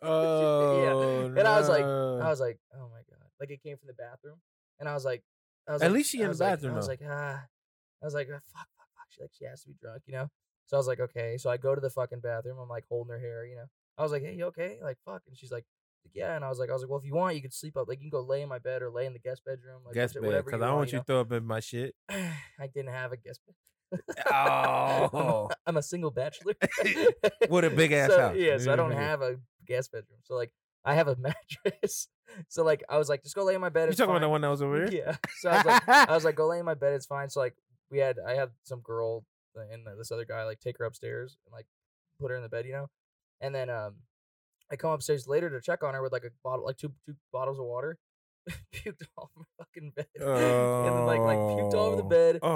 S3: Oh,
S2: And I was like-
S3: no.
S2: I was like, oh my god, like it came from the bathroom, and I was like, I was
S3: At
S2: like-
S3: least she
S2: I
S3: in the
S2: was like-
S3: bathroom,
S2: I was
S3: though.
S2: like, ah, I was like, ah, fuck, fuck, fuck. She like she has to be drunk, you know. So I was like, okay. So I go to the fucking bathroom. I'm like holding her hair, you know. I was like, hey, you okay? Like fuck, and she's like. Yeah, and I was like, I was like, well, if you want, you could sleep up. Like, you can go lay in my bed or lay in the guest bedroom. Like,
S3: guess
S2: which-
S3: better
S2: whatever
S3: because I don't want
S2: you
S3: you to throw up in my shit.
S2: I didn't have a guest. bed. I'm a-
S3: Oh,
S2: I'm a single bachelor.
S3: With a big ass
S2: so,
S3: house.
S2: Yeah, so I don't
S3: Mhm.
S2: have a guest bedroom. So like I have a mattress. so like I was like, just go lay in my bed.
S3: You
S2: it's
S3: talking about
S2: fine."
S3: the one that was over here?
S2: Yeah. So I was like, I was like, go lay in my bed. It's fine. So like, we had I had some girl uh, and this other guy like take her upstairs and like put her in the bed, you know. And then um, I come upstairs later to check on her with like a bottle, like two two bottles of water. puked all over my fucking bed. and then, like like puked all over the
S3: Oh.
S2: bed. And then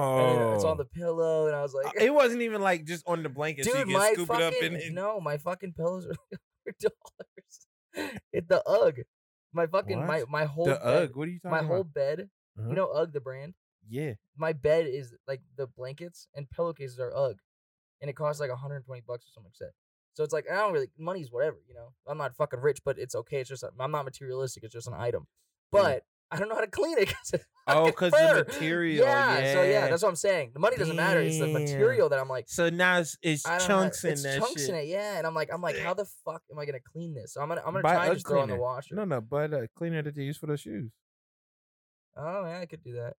S3: oh,
S2: it's on the pillow, and I was like,
S3: Uh, It wasn't even like just on the blanket. so you
S2: dude,
S3: could
S2: my
S3: scoop
S2: fucking
S3: it up and and-
S2: no, my fucking pillows are like dollars. It the UGG. My fucking my
S3: What?
S2: my whole
S3: the
S2: bed,
S3: UGG. What are you talking
S2: my
S3: about?
S2: whole bed.
S3: Uh-huh.
S2: You know UGG the brand.
S3: yeah.
S2: my bed is like the blankets and pillowcases are UGG, and it costs like 120 bucks or something like that. So it's like I don't really money's whatever, you know. I'm not fucking rich, but it's okay. It's just i I'm not materialistic. It's just an item, but I don't know how to clean it. 'cause it's
S3: Oh,
S2: fucking
S3: because
S2: fur.
S3: the material. Yeah.
S2: So yeah, that's what I'm saying. The money doesn't matter. It's the
S3: Damn.
S2: material that I'm like.
S3: so now it's, it's
S2: I don't know,
S3: chunks in
S2: it's
S3: that
S2: chunks
S3: shit.
S2: in it, yeah. And I'm like, I'm like, how the fuck am I gonna clean this? So I'm gonna, I'm gonna
S3: Buy
S2: try
S3: a
S2: and just throw it in the
S3: cleaner.
S2: washer.
S3: No, no, but uh, cleaner that they use for the shoes,
S2: Oh yeah, I could do that.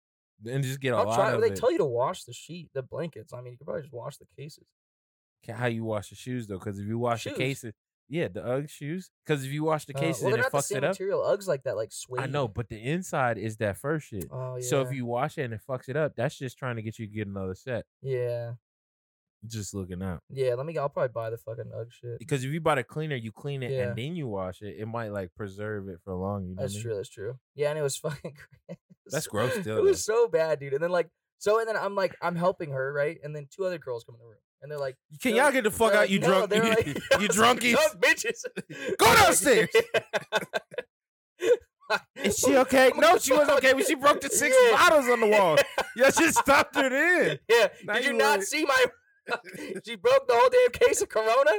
S3: and just get a
S2: I'll
S3: lot
S2: try.
S3: of
S2: They
S3: it.
S2: tell you to wash the sheet, the blankets. I mean, you could probably just wash the cases.
S3: Ca- How you wash the shoes though? Because if you wash
S2: Shoes.
S3: the cases, yeah, the UGG shoes. Because if you wash the
S2: Uh,
S3: cases
S2: well,
S3: and
S2: they're
S3: it
S2: not the
S3: fucks
S2: same
S3: it up,
S2: material Uggs like that, like suede.
S3: I know. But the inside is that first shit.
S2: Oh yeah.
S3: So if you wash it and it fucks it up, that's just trying to get you to get another set.
S2: Yeah,
S3: Just looking out.
S2: yeah. Let me. I'll probably buy the fucking Ugg shit.
S3: Because if you bought a cleaner, you clean it
S2: Yeah.
S3: and then you wash it. It might like preserve it for long. You know
S2: That's
S3: what I mean?
S2: true. That's true. Yeah, and it was fucking. gross.
S3: That's gross still,
S2: It was so bad, dude. And then like, so and then I'm like, I'm helping her, right? And then two other girls come in the room, and they're like,
S3: Can
S2: They're
S3: y'all
S2: like-
S3: get the fuck
S2: they're
S3: out,
S2: like-
S3: you
S2: no,
S3: drunk,
S2: they're like- I
S3: you
S2: was like,
S3: drunkies?
S2: "Drunk bitches.
S3: Go
S2: I'm like,
S3: downstairs. Is she okay?
S2: What
S3: No,
S2: the
S3: she wasn't
S2: fuck?
S3: okay when she broke the six
S2: Yeah.
S3: bottles on the wall. Y'all just stopped her then.
S2: Yeah.
S3: Now
S2: Did you
S3: you
S2: not
S3: worried.
S2: see my? she broke the whole damn case of Corona.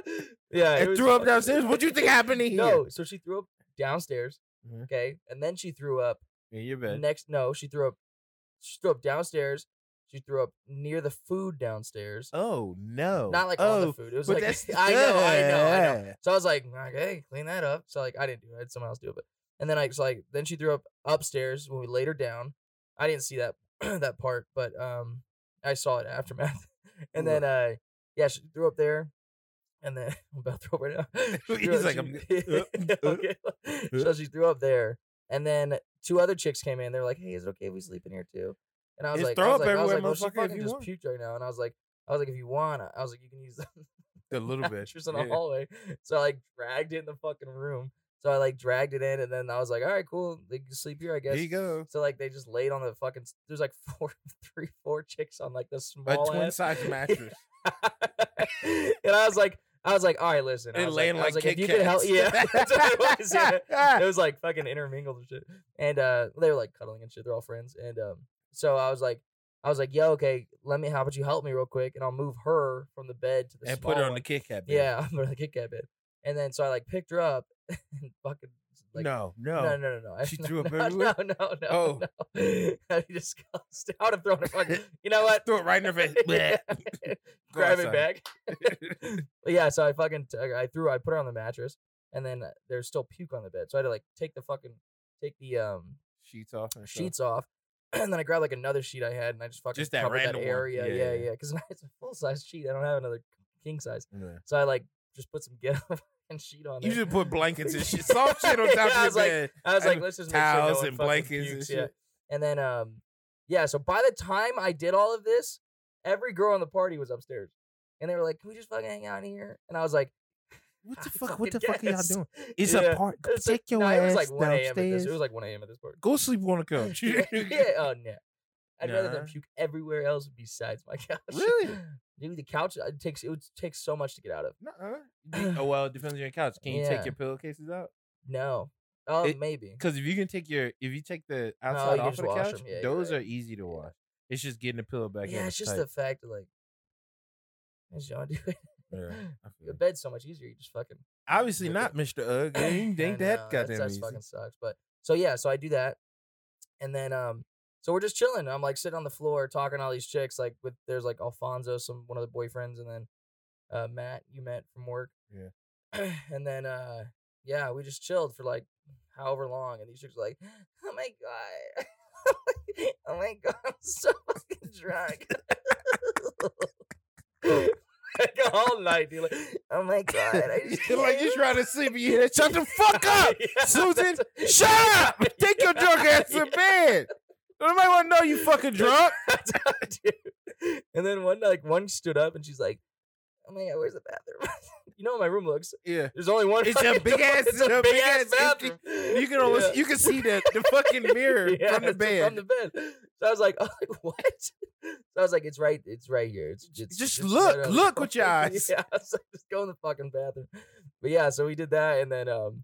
S2: Yeah. it
S3: And
S2: was
S3: threw up
S2: fucking-
S3: downstairs. What you think happened to here?
S2: No. So she threw up downstairs.
S3: Mhm.
S2: Okay, and then she threw up
S3: In your bed.
S2: next. No, she threw up. She threw up downstairs. She threw up near the food downstairs.
S3: Oh no.
S2: Not like
S3: oh,
S2: on the food. It was
S3: but
S2: like
S3: that's
S2: I know, I know, I know.
S3: yeah.
S2: So I was like, okay, clean that up. So like I didn't do it. I had someone else do it. But and then I was like, then she threw up upstairs when we laid her down. I didn't see that that part, but um, I saw it aftermath. and then uh, yeah, she threw up there. And then I'm about to throw up right now. She threw
S3: He's
S2: up-
S3: like,
S2: she-
S3: "I'm- uh, uh,
S2: okay. so she threw up there, and then two other chicks came in. They were like, "Hey, is it okay if we sleep in here too?" And I was
S3: Just
S2: like,
S3: throw
S2: I
S3: up
S2: was like, I was
S3: everywhere,
S2: like, well, she
S3: motherfucker, if
S2: fucking
S3: you
S2: just
S3: want."
S2: puked right now. And I was like, I was like, if you want, I was like, you can use the
S3: A little bit.
S2: mattress in the
S3: yeah.
S2: hallway. So I like dragged it in the fucking room. So I like dragged it in, and then I was like, all right, cool. They can sleep here, I
S3: Here
S2: guess.
S3: you go.
S2: So like they just laid on the fucking. s- There's like four, three, four chicks on like the
S3: A
S2: small
S3: twin
S2: ass-
S3: size mattress.
S2: and I was like, I was like, all right, listen. I
S3: and
S2: was like,
S3: laying
S2: I was
S3: like,
S2: like, if
S3: Kit
S2: you could help,
S3: Kats.
S2: yeah. That's what it was, yeah it was like fucking intermingled and shit. And uh, they were like cuddling and shit. They're all friends. And um, so I was like, I was like, yo, okay, let me. How about you help me real quick, and I'll move her from the bed to the
S3: and put it
S2: small
S3: on the
S2: one.
S3: Kit Kat. bed.
S2: yeah, I'm gonna kick that bed. And then so I like picked her up and fucking like.
S3: no, no.
S2: No, no, no, no. I-
S3: She
S2: no,
S3: threw up
S2: no,
S3: everywhere?
S2: No, no, no.
S3: Oh.
S2: no. I'd be disgusted. I would have thrown a fucking. You know what?
S3: Throw it right in her face. Bleh. Go
S2: grab it
S3: outside.
S2: back. but yeah, so I fucking t- I threw I put her on the mattress, and then uh, there's still puke on the bed, so I had to like take the fucking take the um
S3: Sheets off. And stuff.
S2: sheets off, and then I grabbed like another sheet I had, and I just fucking
S3: Just that
S2: covered
S3: random one.
S2: area,
S3: Yeah,
S2: yeah,
S3: yeah.
S2: yeah, because it's a full size sheet. I don't have another king size,
S3: Yeah.
S2: so I like just put some get and sheet on
S3: You
S2: it.
S3: just put blankets and shit, soft shit on
S2: Yeah,
S3: top
S2: I
S3: of
S2: was
S3: your
S2: like-
S3: bed.
S2: I was like,
S3: and
S2: let's just make sure no
S3: towels
S2: one
S3: and
S2: fucking
S3: blankets and
S2: pukes, yeah.
S3: shit.
S2: And then um yeah, so by the time I did all of this, every girl in the party was upstairs. And they were like, Can we just fucking hang out in here? And I was like,
S3: What
S2: "I
S3: the fuck? What the
S2: fucking
S3: fuck are y'all
S2: guess."
S3: doing? It's
S2: Yeah.
S3: a park.
S2: It's like-
S3: Take your
S2: nah,
S3: ass
S2: it was like 1 a.m. at
S3: downstairs.
S2: this. It was like 1 a.m. at this part.
S3: Go sleep on the couch.
S2: yeah, oh no. I'd rather
S3: Nah.
S2: than puke everywhere else besides my couch.
S3: Really?
S2: Dude, the couch it takes it would take so much to get out of.
S3: Nuh-uh. You- Oh well, it depends on your couch. Can you
S2: Yeah.
S3: take your pillowcases out?
S2: No. Oh,
S3: It-
S2: maybe.
S3: Because if you can take your, if you take the
S2: you
S3: outside
S2: can
S3: off of
S2: just
S3: the
S2: wash
S3: couch,
S2: 'em. Yeah, you're
S3: those
S2: right.
S3: are easy to
S2: Yeah.
S3: wash. It's just getting the pillow back in.
S2: yeah, it's just the
S3: tight.
S2: fact that like I just don't do it.
S3: Yeah, I feel
S2: Your
S3: it.
S2: bed's so much easier. You just fucking
S3: Obviously
S2: Look
S3: not,
S2: at-
S3: Mister Ugg. You ain't
S2: I
S3: think
S2: know,
S3: that
S2: that's-
S3: goddamn
S2: that's
S3: easy.
S2: uh, fucking sucks. But so yeah, so I do that, and then um, so we're just chilling. I'm like sitting on the floor talking to all these chicks. Like with there's like Alfonso, some one of the boyfriends, and then uh Matt, you met from work.
S3: Yeah.
S2: and then uh yeah, we just chilled for like however long, and these chicks are like, oh my god. Oh my god, I'm so fucking drunk. like all night, dude. Like, oh my god, I just
S3: You're like
S2: can't."
S3: you're trying to sleep. You hear that? Shut the fuck up,
S2: Yeah,
S3: Susan.
S2: that's-
S3: Shut up. Take your drunk ass to
S2: Yeah.
S3: bed. Nobody want to know you fucking drunk.
S2: Dude. and then one like one stood up and she's like, "Oh my god, where's the bathroom? you know how my room looks.
S3: Yeah.
S2: There's only one.
S3: It's a
S2: fucking
S3: big
S2: door.
S3: ass-
S2: It's
S3: a
S2: a
S3: big
S2: big ass
S3: ass empty-
S2: bathroom.
S3: You can almost
S2: Yeah.
S3: you can see the the fucking mirror
S2: Yeah,
S3: from the
S2: it's a-
S3: bed.
S2: From the bed. So I was like, oh, like, what? So I was like, it's right, it's right here. It's it's-
S3: Just
S2: it's
S3: look,
S2: right on the
S3: look with your
S2: fucking-"
S3: eyes.
S2: Yeah, I was like, just go in the fucking bathroom. But yeah, so we did that, and then um,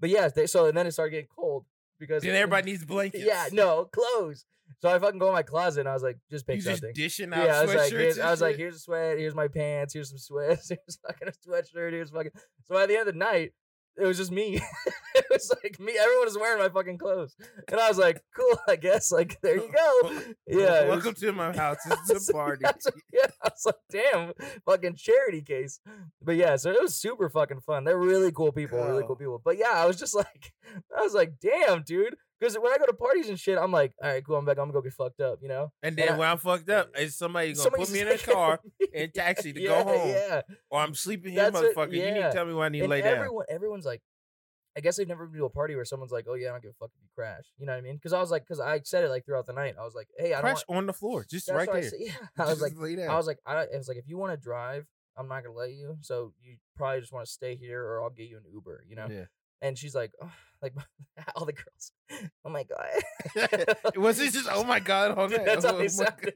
S2: but yeah, they, so and then it started getting cold because
S3: then everybody needs blankets.
S2: yeah, no clothes. So I fucking go in my closet and I was like, just pick
S3: You just
S2: something.
S3: dishing out
S2: yeah, I was
S3: sweatshirts.
S2: like, here's,
S3: and
S2: I was like,
S3: shit?
S2: here's a sweat, here's my pants, here's some sweats, here's fucking a sweatshirt, here's fucking. So by the end of the night, it was just me. it was like me. Everyone was wearing my fucking clothes, and I was like, cool, I guess. Like there you go. Yeah. it
S3: Welcome
S2: was-
S3: to my house. It's
S2: That's-
S3: a party.
S2: that's what- yeah, I was like, damn, fucking charity case. But yeah, so it was super fucking fun. They're really cool people, really cool
S3: Cool.
S2: people. But yeah, I was just like, I was like, damn, dude. Because when I go to parties and shit, I'm like, all right, cool, I'm back, I'm gonna go get fucked up, you know?
S3: And then
S2: I-
S3: when I'm fucked up, is somebody gonna
S2: Somebody's
S3: put me in a
S2: taking
S3: car
S2: me.
S3: and taxi to
S2: Yeah,
S3: go home,
S2: Yeah.
S3: or I'm sleeping here,
S2: That's what-
S3: motherfucker. You need
S2: yeah.
S3: to tell me where I need to
S2: and
S3: lay down.
S2: everyone, everyone's like, I guess I've never been to a party where someone's like, "Oh yeah, I don't give a fuck if you crash." You know what I mean? Because I was like, because I said it like throughout the night. I was like, "Hey, I don't."
S3: Crash
S2: Want,
S3: on the floor, just
S2: that's
S3: right
S2: what I
S3: there.
S2: said, yeah, I was
S3: Just
S2: like,
S3: lay down.
S2: I was like, I, I was like, if you want to drive, I'm not gonna let you. So you probably just want to stay here, or I'll get you an Uber. You know?
S3: Yeah.
S2: And she's like, oh, like all the girls. Oh my god.
S3: It was it just oh my god all night.
S2: That's
S3: oh,
S2: how they
S3: my
S2: sounded.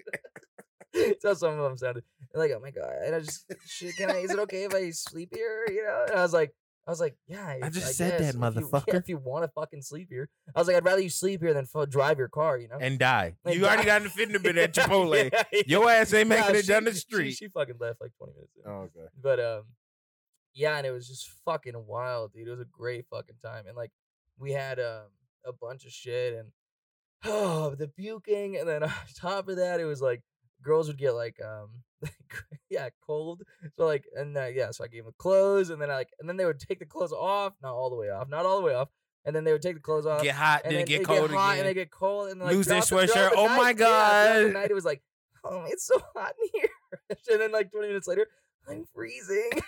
S2: That's how some of them sounded. They're like, oh my god, and I just, shit, can I? Is it okay if I sleep here? You know? And I was like, I was like, yeah. if-
S3: just said that,
S2: guess, if you- yeah,
S3: motherfucker.
S2: If you, want to fucking sleep here, I was like, I'd rather you sleep here than fu- drive your car. You know?
S3: God. and die.
S2: And
S3: you already
S2: die.
S3: got in the fitting bit at Chipotle.
S2: Yeah, yeah.
S3: Your ass ain't making
S2: Nah,
S3: it down
S2: she-
S3: the
S2: she-
S3: street.
S2: She, fucking left like twenty minutes. In.
S3: oh god.
S2: But um, yeah, and it was just fucking wild, dude. It was a great fucking time, and like we had um a bunch of shit and oh the puking, and then on top of that, it was like girls would get like um yeah cold, so like and uh, yeah, so I gave them clothes, and then I like and then they would take the clothes off, not all the way off, not all the way off, and then they would take the clothes off.
S3: Get hot,
S2: and
S3: then,
S2: then
S3: get
S2: they
S3: cold
S2: get hot
S3: again.
S2: and they get cold and like,
S3: Lose their
S2: throughout the-
S3: sweatshirt.
S2: throughout the
S3: Oh my
S2: night- yeah, throughout the
S3: God.
S2: night it was like, oh, it's so hot in here. And then like 20 minutes later, I'm freezing.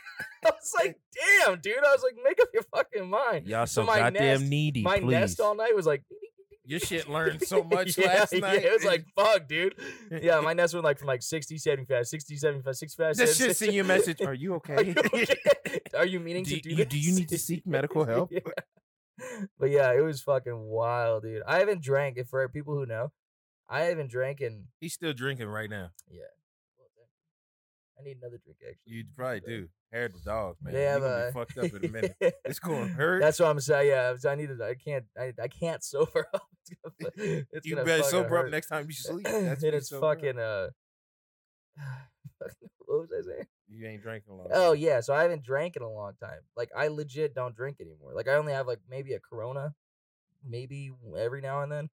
S2: I was like, damn, dude. I was like, make up your fucking mind.
S3: Y'all so
S2: my
S3: goddamn
S2: nest-
S3: needy.
S2: My
S3: please.
S2: nest all night was like,
S3: Your shit learned so much
S2: yeah,
S3: last
S2: yeah,
S3: night.
S2: it was like, fuck, dude. Yeah, my nest went like from like 60, 75, 60, 75, 65.
S3: just shit send you a
S2: 76.
S3: message. Are you
S2: Are
S3: okay?
S2: you, okay? Are you meaning
S3: do,
S2: to do
S3: you,
S2: this?
S3: do you need to seek medical help?
S2: Yeah. But yeah, it was fucking wild, dude. I haven't drank. If for people who know, I haven't drank in.
S3: He's still drinking right now.
S2: I need another drink actually.
S3: You probably do. Hair the dog, man.
S2: They have
S3: you gonna
S2: a-
S3: be fucked up in a minute. It's gonna hurt.
S2: That's what I'm saying. Yeah, I need to. I can't. I, I can't sober up. It's gonna, fu- it's
S3: you
S2: gonna
S3: better
S2: fucking
S3: sober up
S2: hurt.
S3: next time you sleep. That's
S2: and
S3: when you
S2: it's
S3: sober up.
S2: fucking uh. what was I saying?
S3: You ain't drinking long.
S2: Oh yeah, so I haven't drank in a long time. Like I legit don't drink anymore. Like I only have like maybe a Corona, maybe w- every now and then.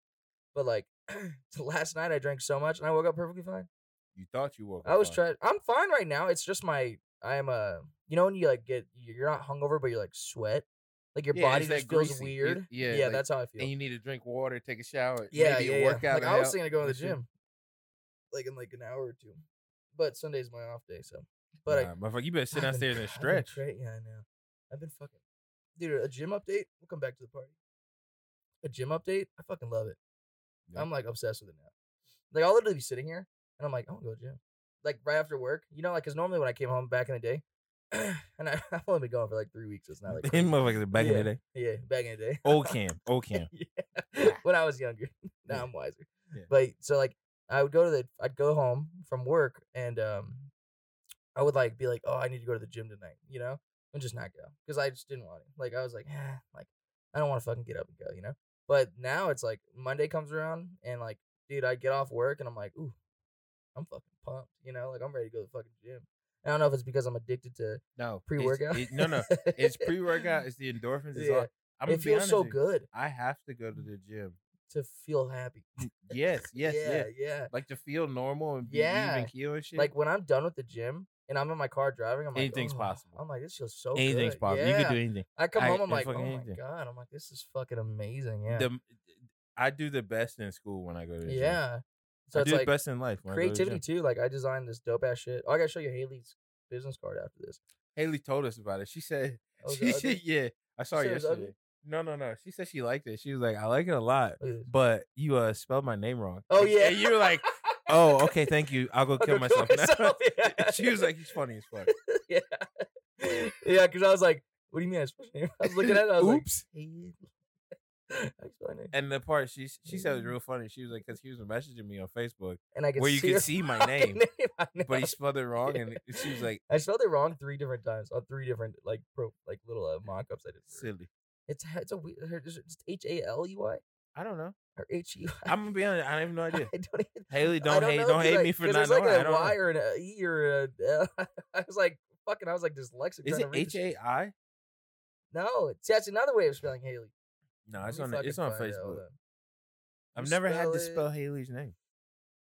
S2: But like last night I drank so much and I woke up perfectly fine.
S3: You thought you woke.
S2: I was
S3: trying.
S2: trying. I'm fine right now. It's just my I am a you know when you like get you're not hungover but you like sweat, like your
S3: Yeah,
S2: body
S3: it's that
S2: just feels
S3: greasy- you-
S2: weird.
S3: yeah,
S2: yeah,
S3: like-
S2: that's how I feel.
S3: And you need to drink water, take a shower.
S2: yeah,
S3: maybe
S2: yeah,
S3: a
S2: yeah.
S3: workout.
S2: Like
S3: will
S2: I was
S3: help.
S2: thinking of going to the
S3: Listen,
S2: gym, like in like an hour or two. But Sunday's my off day, so but I
S3: nah, motherfucker, you better sit
S2: I've been
S3: downstairs and
S2: cra- I've been
S3: stretch.
S2: cra- yeah, I know. I've been fucking. Dude, a gym update. We'll come back to the party. A gym update. I fucking love it.
S3: Yeah.
S2: I'm like obsessed with it now. Like I'll literally be sitting here and I'm like, I want to go to the gym. Like right after work, you know, like because normally when I came home back in the day, and I, I've only been going for like three weeks. It's not like
S3: Him
S2: crazy.
S3: motherfuckers back in the day.
S2: yeah, back in the day.
S3: Old Cam, old Cam.
S2: yeah. when I was younger. now
S3: Yeah.
S2: I'm wiser.
S3: Yeah.
S2: But so like I would go to the I'd go home from work and um I would like be like, Oh, I need to go to the gym tonight, you know? And just not go. Because I just didn't want to. Like I was like, eh, like I don't want to fucking get up and go, you know? But now it's like Monday comes around and like, dude, I get off work and I'm like, ooh, I'm fucking pumped, you know, like I'm ready to go to the fucking gym. I don't know if it's because I'm addicted to
S3: No it's-
S2: pre workout.
S3: it- No, no, it's pre workout. It's the endorphins. It's
S2: Yeah.
S3: all, I'm gonna
S2: it
S3: be
S2: feels
S3: honest
S2: so
S3: with you,
S2: good
S3: I have to go to the gym.
S2: to feel happy.
S3: Yes, yes,
S2: yeah,
S3: yes.
S2: yeah.
S3: Like to feel normal and be
S2: Yeah.
S3: even keel and shit.
S2: Like when I'm done with the gym and I'm in my car driving, I'm like,
S3: Anything's
S2: "Oh,"
S3: possible.
S2: I'm like, this feels so
S3: anything's
S2: good."
S3: possible. You
S2: Yeah.
S3: can do anything.
S2: I come
S3: I-
S2: home, I'm
S3: yeah,
S2: like, oh
S3: fucking
S2: my
S3: anything.
S2: god, I'm like, this is fucking amazing. Yeah,
S3: The, I do the best in school when I go to the gym.
S2: yeah. So
S3: I do
S2: it's
S3: the
S2: like
S3: best in life. When I go to the
S2: creativity
S3: gym.
S2: too. Like I designed this dope ass shit. Oh, I gotta show you Haley's business card after this.
S3: Haley told us about it. She said,
S2: Oh, is
S3: she
S2: it ugly?
S3: said yeah, I saw
S2: said
S3: it
S2: it was ugly?
S3: yesterday. No, no, no. She said she liked it. She was like, I like it a lot,
S2: Look at this.
S3: but you uh spelled my name wrong.
S2: Oh
S3: And-
S2: yeah,
S3: and you were like, oh, okay, thank you. I'll go
S2: I'll
S3: kill
S2: go
S3: myself. now."
S2: myself, yeah.
S3: she was like, he's funny as fuck.
S2: yeah, yeah, because I was like, what do you mean? I spelled your name? I was looking at it. I was like,
S3: Oops.
S2: Haley. I spelled your name.
S3: And the part she she said was real funny. She was like, because he was messaging me on Facebook
S2: and I could
S3: where you
S2: her
S3: could see my
S2: fucking
S3: name,
S2: I
S3: but
S2: know.
S3: he spelled it wrong, and she was like,
S2: I spelled it wrong three different times on three different like pro like little uh, mock-ups I did. For her.
S3: silly.
S2: It's it's a we- her is it just H A L U I
S3: I don't know.
S2: or H U I.
S3: I'm gonna be honest. I have no idea.
S2: I don't even.
S3: Haley,
S2: I
S3: don't, hate,
S2: know,
S3: don't
S2: 'cause
S3: hate
S2: I-
S3: me for
S2: 'cause
S3: not
S2: it's like
S3: knowing. I
S2: a
S3: don't
S2: Y
S3: know.
S2: or an uh, E or a. L. I was like fucking. I was like dyslexic.
S3: Is
S2: trying to
S3: it
S2: read
S3: H
S2: this shit.
S3: A I?
S2: No, see, that's another way of spelling Haley.
S3: No,
S2: Let
S3: it's
S2: me
S3: on the- it's
S2: fucking
S3: on
S2: find out, hold
S3: Facebook.
S2: on.
S3: I've
S2: You
S3: never had
S2: spell
S3: to
S2: it-
S3: spell Haley's name.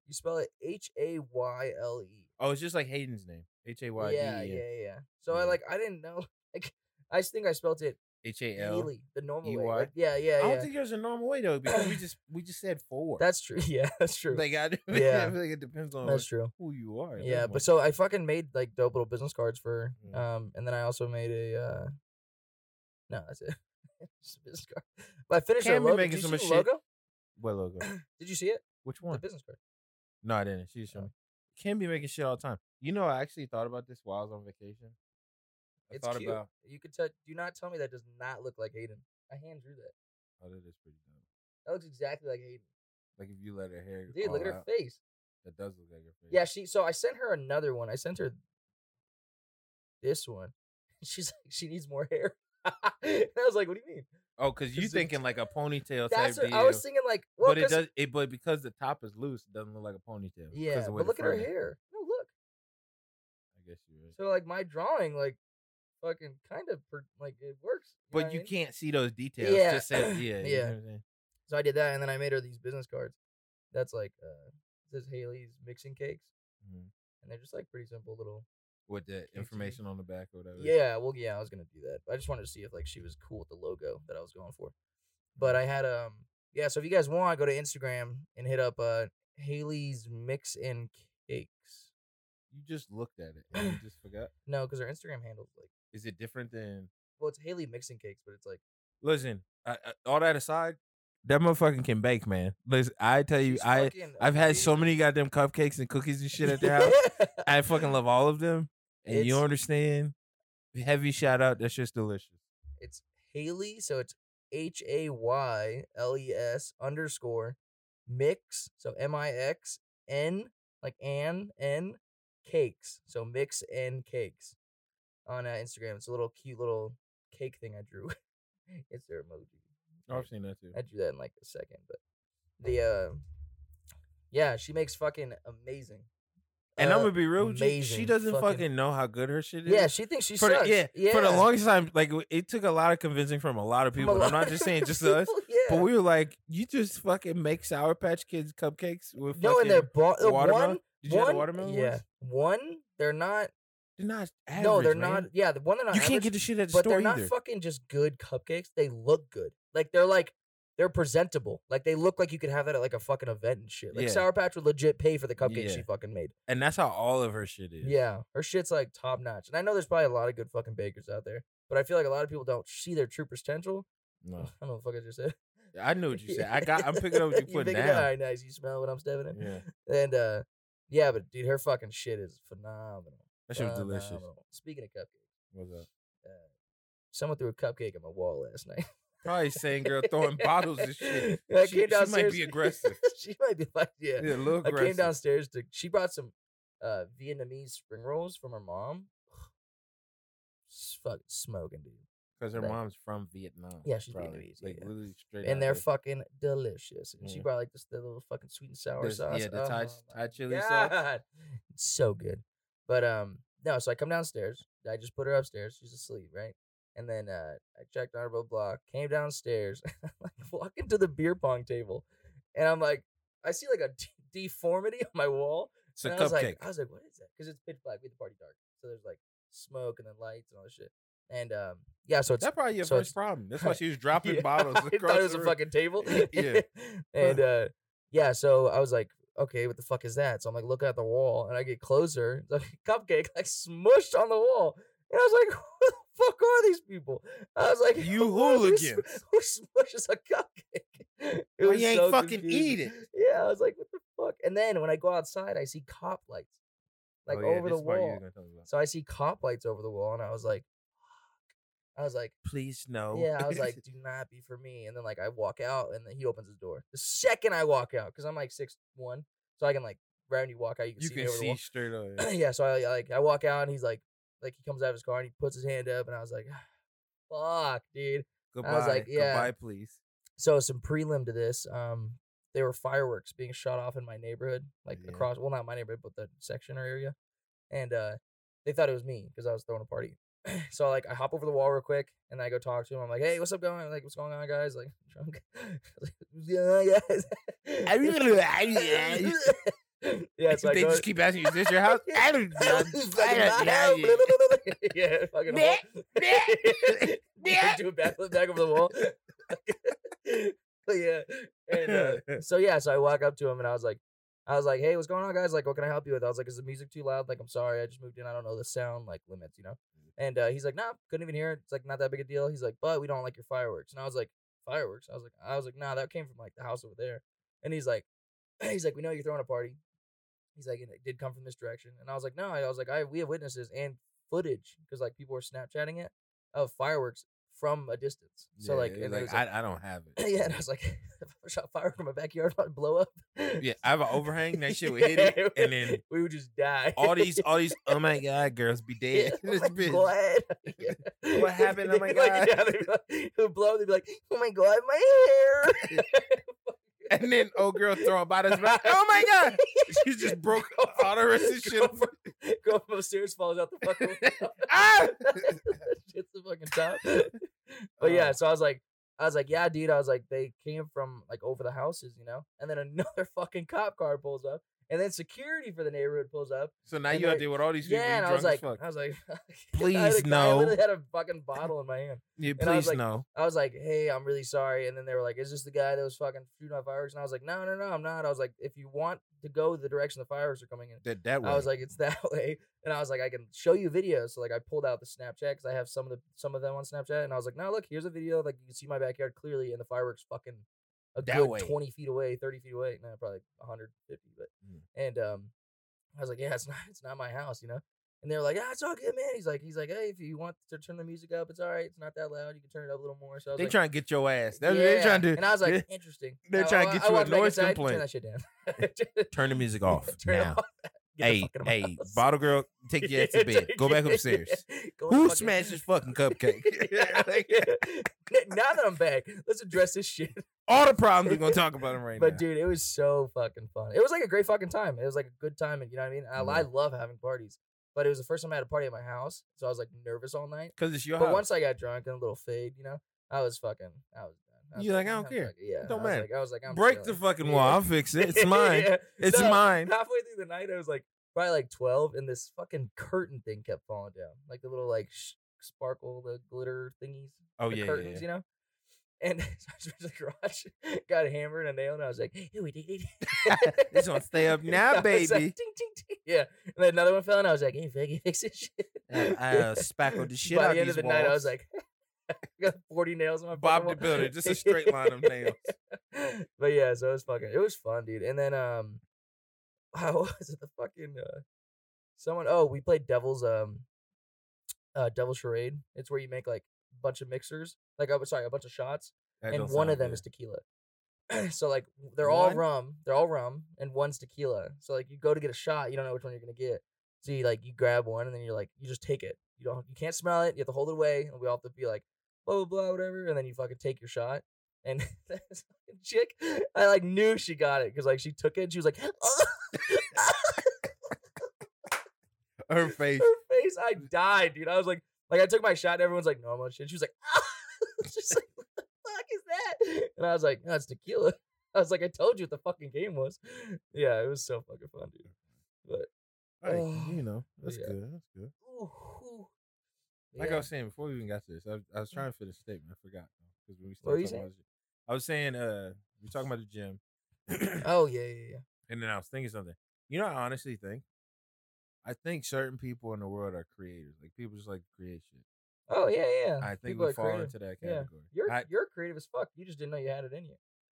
S2: You spell it H A Y L E.
S3: Oh, it's just like Hayden's name. H A Y D
S2: Yeah,
S3: E
S2: yeah,
S3: N.
S2: yeah. So I
S3: Yeah.
S2: like I didn't know. Like I just think I spelled it
S3: H A L.
S2: Haley the normal way.
S3: EY?
S2: Like, yeah, yeah,
S3: I
S2: yeah.
S3: don't think there's a normal way though because we just we just said four.
S2: That's true. Yeah, that's true.
S3: like I, yeah.
S2: Yeah.
S3: I feel like it depends on
S2: that's true.
S3: who you are. at
S2: Yeah,
S3: that
S2: but
S3: point.
S2: so I fucking made like dope little business cards for,
S3: Mm.
S2: her, um, and then I also made a, uh no, that's it, Just a business card. But I finished her
S3: Cam be
S2: logo. Did
S3: making
S2: you see
S3: so
S2: the
S3: much shit.
S2: logo?
S3: what logo?
S2: Did you see it?
S3: Which
S2: The Oh.
S3: one?
S2: business card.
S3: No, I didn't. She just showed me. Can be making shit all the time. You know, I actually thought about this while I was on vacation. I
S2: It's
S3: thought
S2: cute.
S3: about.
S2: You could tell. Do not tell me that does not look like Hayden. I hand drew that.
S3: Oh, that is pretty dumb.
S2: That looks exactly like Hayden.
S3: Like if you let her hair.
S2: Dude, look
S3: fall
S2: at her
S3: out,
S2: face.
S3: That does look like her face.
S2: Yeah, she. So I sent her another one. I sent her this one. She's like, she needs more hair. and I was like, what do you mean?
S3: Oh, because you
S2: Is it-
S3: thinking like a ponytail
S2: That's
S3: type
S2: what
S3: deal.
S2: I was thinking. Like, well,
S3: but it
S2: 'cause-
S3: does. It but because the top is loose, it doesn't look like a ponytail. 'cause
S2: Yeah,
S3: the way
S2: but
S3: the
S2: look at her
S3: front is.
S2: hair. No, look.
S3: I guess you're right.
S2: So like my drawing, like fucking kind of per- like it works. know what
S3: but
S2: I
S3: you
S2: mean?
S3: can't see those details.
S2: Yeah.
S3: Just says, yeah, You know
S2: Yeah.
S3: what I'm saying?
S2: So I did that, and then I made her these business cards. That's like uh this is Haley's mixing cakes,
S3: Mhm.
S2: and they're just like pretty simple little.
S3: With the
S2: see.
S3: information on the back or whatever.
S2: Yeah, well, yeah, I was gonna do that. I just wanted to see if like she was cool with the logo that I was going for. But I had um yeah. So if you guys want, go to Instagram and hit up uh Haley's Mix and Cakes.
S3: You just looked at it and you just forgot.
S2: No, because her Instagram handle's like
S3: Is it different than?
S2: well, it's Haley Mixing Cakes, but it's like.
S3: Listen, I, I, all that aside, that motherfucking can bake, man. Listen, I tell you,
S2: she's
S3: I
S2: fucking
S3: I've had so
S2: amazing.
S3: many goddamn cupcakes and cookies and shit at their house. I fucking love all of them, and you
S2: It's-
S3: understand. Heavy shout out. That's just delicious.
S2: It's Haley, so it's H A Y L E S underscore mix, so M I X N like an n cakes, so mix and cakes on uh, Instagram. It's a little cute little cake thing I drew. it's their emoji.
S3: Oh, I've seen that too.
S2: I drew that in like a second, but the uh, yeah, she makes fucking amazing.
S3: And I'm gonna be real with you. She
S2: uh, amazing
S3: doesn't fucking,
S2: fucking-
S3: know how good her shit is.
S2: yeah, she thinks she
S3: for
S2: sucks.
S3: the, yeah,
S2: yeah,
S3: for the longest time, like w- it took a lot of convincing from a lot of
S2: From a
S3: people. and I'm
S2: lot
S3: not just saying
S2: of
S3: just us,
S2: people,
S3: but
S2: yeah.
S3: we were like, you just fucking make Sour Patch Kids cupcakes with
S2: No, and they're
S3: fucking
S2: bo- uh,
S3: watermelon.
S2: one.
S3: Did you have the
S2: one-
S3: watermelon?
S2: Yeah,
S3: ones?
S2: one. They're not.
S3: they're not. Average,
S2: no, they're
S3: man.
S2: not. Yeah, the one they're not.
S3: You can't
S2: average,
S3: get the shit at the
S2: but
S3: store
S2: they're not
S3: either.
S2: fucking just good cupcakes. They look good. Like they're like they're presentable. Like they look like you could have that at like a fucking event and shit. Like
S3: Yeah.
S2: Sour Patch would legit pay for the cupcakes
S3: Yeah.
S2: she fucking made.
S3: and that's how all of her shit is.
S2: Yeah, her shit's like top notch. And I know there's probably a lot of good fucking bakers out there, but I feel like a lot of people don't see their true potential.
S3: No.
S2: I don't know what the fuck I just said.
S3: I knew what you said. I got. I'm picking up what you put
S2: picking up- All
S3: down.
S2: right, nice. You smell what I'm stepping in.
S3: Yeah,
S2: And uh, yeah, but dude, her fucking shit is phenomenal.
S3: that
S2: Uh,
S3: shit was delicious.
S2: Phenomenal. Speaking of cupcakes,
S3: What's up?
S2: uh, someone threw a cupcake at my wall last night.
S3: Probably saying girl throwing bottles and shit.
S2: I
S3: She- she might
S2: came
S3: be
S2: downstairs-
S3: aggressive.
S2: she might be like, yeah.
S3: Yeah, a little
S2: I came
S3: aggressive.
S2: downstairs to. She brought some uh, Vietnamese spring rolls from her mom. S- Fucking smoking, dude,
S3: Because her
S2: Right.
S3: mom's from Vietnam.
S2: Yeah, she's
S3: probably.
S2: Vietnamese, yeah,
S3: Like
S2: yeah.
S3: literally straight. out
S2: and they're
S3: there.
S2: fucking delicious. And she
S3: Yeah.
S2: brought like this the little fucking sweet and sour
S3: There's-
S2: sauce.
S3: Mm.
S2: oh
S3: yeah, the Thai- Thai chili sauce.
S2: God. It's so good. But um, no. So I come downstairs. I just put her upstairs. She's asleep, right? And then uh, I checked on her blah block. Came downstairs, like walking to the beer pong table, and I'm like, I see like a de- deformity on my wall.
S3: It's a
S2: and I
S3: cupcake.
S2: was like, "Oh, I was like, what is that? Because it's pitch black. We had the party dark, so there's like smoke and then lights and all this shit. And um, yeah. So it's
S3: That's probably your
S2: so
S3: first
S2: it's-
S3: problem. That's why she was dropping
S2: yeah,
S3: bottles.
S2: I
S3: across
S2: thought it was
S3: the
S2: a
S3: room.
S2: fucking table.
S3: Yeah.
S2: and uh, yeah, so I was like, okay, what the fuck is that? So I'm like looking at the wall and I get closer. It's like a cupcake like smushed on the wall. And I was like, who the fuck are these people? I was like,
S3: You
S2: "Who are these-
S3: hooligans."
S2: Who smushes a cupcake? It
S3: Well,
S2: was
S3: you ain't
S2: so
S3: fucking
S2: confusing.
S3: eat it.
S2: Yeah, I was like, what the fuck? And then when I go outside, I see cop lights like
S3: Oh, yeah,
S2: over the
S3: this part you were
S2: wall.
S3: gonna tell me about.
S2: So I see cop lights over the wall and I was like, fuck. I was like,
S3: Please no.
S2: yeah, I was like, do not be for me. And then like I walk out and then he opens his door. The second I walk out, because I'm like six one, so I can like right when you walk out, you can
S3: you
S2: see
S3: can
S2: me over the
S3: see
S2: wall.
S3: straight over.
S2: Yeah. so I I, like I walk out and he's like like he comes out of his car and he puts his hand up and I was like, "Ah, fuck, dude.
S3: Goodbye.
S2: like, yeah.
S3: Goodbye, please.
S2: So some prelim to this, um, there were fireworks being shot off in my neighborhood, like
S3: Yeah.
S2: across well not my neighborhood, but the section or area. And uh they thought it was me because I was throwing a party. so like I hop over the wall real quick and I go talk to him. I'm like, hey, what's up going? Like, what's going on, guys? Like drunk. yeah, guys. yeah, so I
S3: they
S2: go-
S3: just keep asking you, is this your house? I don't know. I
S2: Fucking
S3: don't
S2: knock out,
S3: know.
S2: yeah, fucking
S3: Meh,
S2: wall.
S3: meh, meh.
S2: Do a backflip back over the wall. but yeah, and, uh, so yeah, so I walk up to him and I was like, I was like, hey, what's going on, guys? Like, what can I help you with? I was like, is the music too loud? Like, I'm sorry, I just moved in. I don't know the sound like limits, you know.
S3: Mm-hmm.
S2: And uh, he's like, nah, couldn't even hear it. It's like not that big a deal. He's like, but we don't like your fireworks. And I was like, fireworks. I was like, I was like, nah, that came from like the house over there. And he's like, he's like, we know you're throwing a party. He's like, and it did come from this direction. And I was like, no, I was like, I we have witnesses and footage because like people were Snapchatting it of fireworks from a distance. So
S3: Yeah,
S2: like,
S3: it
S2: and it
S3: was like,
S2: was like-
S3: I, I don't have it.
S2: yeah, and I was like, if I shot fireworks from my backyard, I'd blow up.
S3: Yeah, I have an overhang. That shit would hit it, and then
S2: we would just die.
S3: all these, all these, oh my god, girls be dead.
S2: Yeah,
S3: This
S2: oh my
S3: bitch.
S2: God. Yeah.
S3: What happened? Oh my
S2: Like,
S3: God.
S2: yeah, they'd be like, he'll blow. They'd be like, "Oh my god, my hair!"
S3: And then old girl throwing bottles back. Oh my god, she just broke all the rest of shit.
S2: Go from, go from upstairs, falls out the fucking window.
S3: Ah!
S2: Hits the fucking top. But yeah,
S3: Oh.
S2: so I was like, I was like, yeah, dude. I was like, they came from like over the houses, you know. And then another fucking cop car pulls up, and then security for the neighborhood pulls up.
S3: So now
S2: And
S3: you out
S2: like-
S3: there with all these people.
S2: Yeah,
S3: you
S2: and I
S3: drunk
S2: was like,
S3: as fuck.
S2: I was like, I had
S3: Please
S2: a- I
S3: no.
S2: literally had a fucking bottle in my hand.
S3: Yeah,
S2: and I was
S3: please
S2: like-
S3: no.
S2: I was like, hey, I'm really sorry. And then they were like, is this the guy that was fucking shooting off fireworks? And I was like, no, no, no, I'm not. I was like, if you want to go the direction the fireworks are coming in,
S3: That that way.
S2: I was like, it's that way. And I was like, I can show you videos. So like, I pulled out the Snapchat because I have some of the some of them on Snapchat. And I was like, no, look, here's a video. Like, you can see my backyard clearly, and the fireworks fucking a
S3: That
S2: good
S3: way.
S2: 20 feet away, 30 feet away. No, probably 150. But
S3: Mm.
S2: and um, I was like, yeah, it's not it's not my house, you know. And they were like, ah, it's all good, man. He's like, he's like, hey, if you want to turn the music up, it's all right. It's not that loud. You can turn it up a little more. So I was
S3: they
S2: like,
S3: trying to get your ass. That's what they trying to.
S2: And I was
S3: yeah.
S2: like, interesting.
S3: They're
S2: I-
S3: trying to
S2: I-
S3: get
S2: I
S3: you a
S2: walked back
S3: noise
S2: inside,
S3: complaint.
S2: Turn that shit down.
S3: turn the music off
S2: Turn it
S3: now.
S2: off. Get
S3: Hey,
S2: the fuck out of my
S3: hey,
S2: house.
S3: bottle girl, take your ass to bed. Go back upstairs.
S2: Go
S3: Who
S2: fucking-
S3: smashed this fucking cupcake? Like,
S2: now that I'm back, let's address this shit.
S3: all the problems we're gonna talk about them right
S2: But
S3: now.
S2: dude, it was so fucking fun. It was like a great fucking time. It was like a good time, and you know what I mean. I, I
S3: Yeah.
S2: love having parties, but it was the first time I had a party at my house, so I was like nervous all night.
S3: Because it's your
S2: But
S3: house.
S2: once I got drunk and a little fade, you know, I was fucking, I was done. I was
S3: You're like, I
S2: "Ah,
S3: don't care.
S2: fuck it." yeah,
S3: don't
S2: I was
S3: matter.
S2: Like, I was like, I'm
S3: Break the
S2: chilling."
S3: fucking
S2: Yeah.
S3: wall. I'll fix it. It's mine.
S2: Yeah.
S3: It's
S2: No,
S3: mine.
S2: halfway through the night, I was like probably like twelve, and this fucking curtain thing kept falling down, like the little like sh- sparkle, the glitter thingies.
S3: Oh
S2: the
S3: yeah, yeah, yeah.
S2: curtains, you know. And so I was in the garage, got hammered and a nail, and I was like, "Ooh, wee, dee, dee, dee."
S3: It's gonna stay up now,
S2: I was like,
S3: baby.
S2: "Ting, ting, ting." Yeah. And then another one fell, and I was like, "Hey, Figgy, fix this shit."
S3: Um, I uh, spackled the shit
S2: By
S3: out
S2: the end of
S3: these
S2: the night, I
S3: walls.
S2: was like, "Got forty nails on my fucking
S3: Bob
S2: wall."
S3: the Builder, just a straight line of nails.
S2: but yeah, so it was fucking. It was fun, dude. And then um, I was at the fucking uh, someone. Oh, we played Devil's um, uh, Devil Charade. It's where you make like a bunch of mixers, like oh, sorry, a bunch of shots,
S3: That
S2: and
S3: don't
S2: one of
S3: sound
S2: them
S3: good.
S2: is tequila. so like they're all
S3: One?
S2: rum, they're all rum, and one's tequila. So like you go to get a shot, you don't know which one you're gonna get. So you like you grab one, and then you're like you just take it. You don't you can't smell it. You have to hold it away, and we all have to be like blah blah blah whatever, and then you fucking take your shot. And this fucking chick, I like knew she got it because like she took it, and she was like.
S3: her face.
S2: her face. I died, dude. I was like, like I took my shot and everyone's like normal and shit. She was like, ah! she's like, what the fuck is that? And I was like, no, it's tequila. I was like, I told you what the fucking game was. Yeah, it was so fucking fun, dude.
S3: All right,
S2: Oh,
S3: you know, that's
S2: yeah.
S3: good. That's good.
S2: Ooh, ooh.
S3: Like I
S2: Yeah. Mm-hmm.
S3: was saying before we even got to this, I, was- I was trying to fit a statement. I forgot because when we
S2: What were
S3: started
S2: you
S3: talking about, this- I was saying uh, we're talking about the gym.
S2: Oh yeah, yeah, yeah.
S3: And then I was thinking something. You know, I honestly think, I think certain people in the world are creators. Like people just like to create shit.
S2: Oh yeah, yeah.
S3: I think
S2: People
S3: we
S2: are
S3: fall
S2: creative.
S3: into that
S2: Yeah.
S3: category.
S2: You're
S3: I,
S2: you're creative as fuck. You just didn't know you had it in you.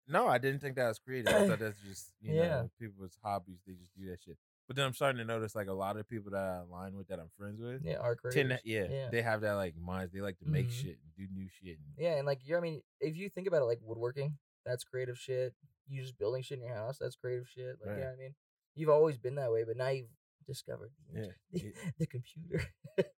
S3: no, I didn't think that was creative. I thought that's just you
S2: Yeah.
S3: know people's hobbies. They just do that shit. But then I'm starting to notice like a lot of people that I align with that I'm friends with.
S2: Yeah, are
S3: Tend
S2: creative.
S3: to, yeah,
S2: Yeah.
S3: they have that like minds. They like to make
S2: Mhm.
S3: shit and do new shit. And,
S2: Yeah, and like you're, I mean, if you think about it, like woodworking, that's creative shit. You just building shit in your house, that's creative shit. Like,
S3: Right.
S2: you know what I mean? You've always been that way, but now you've discovered the,
S3: Yeah,
S2: the, the computer.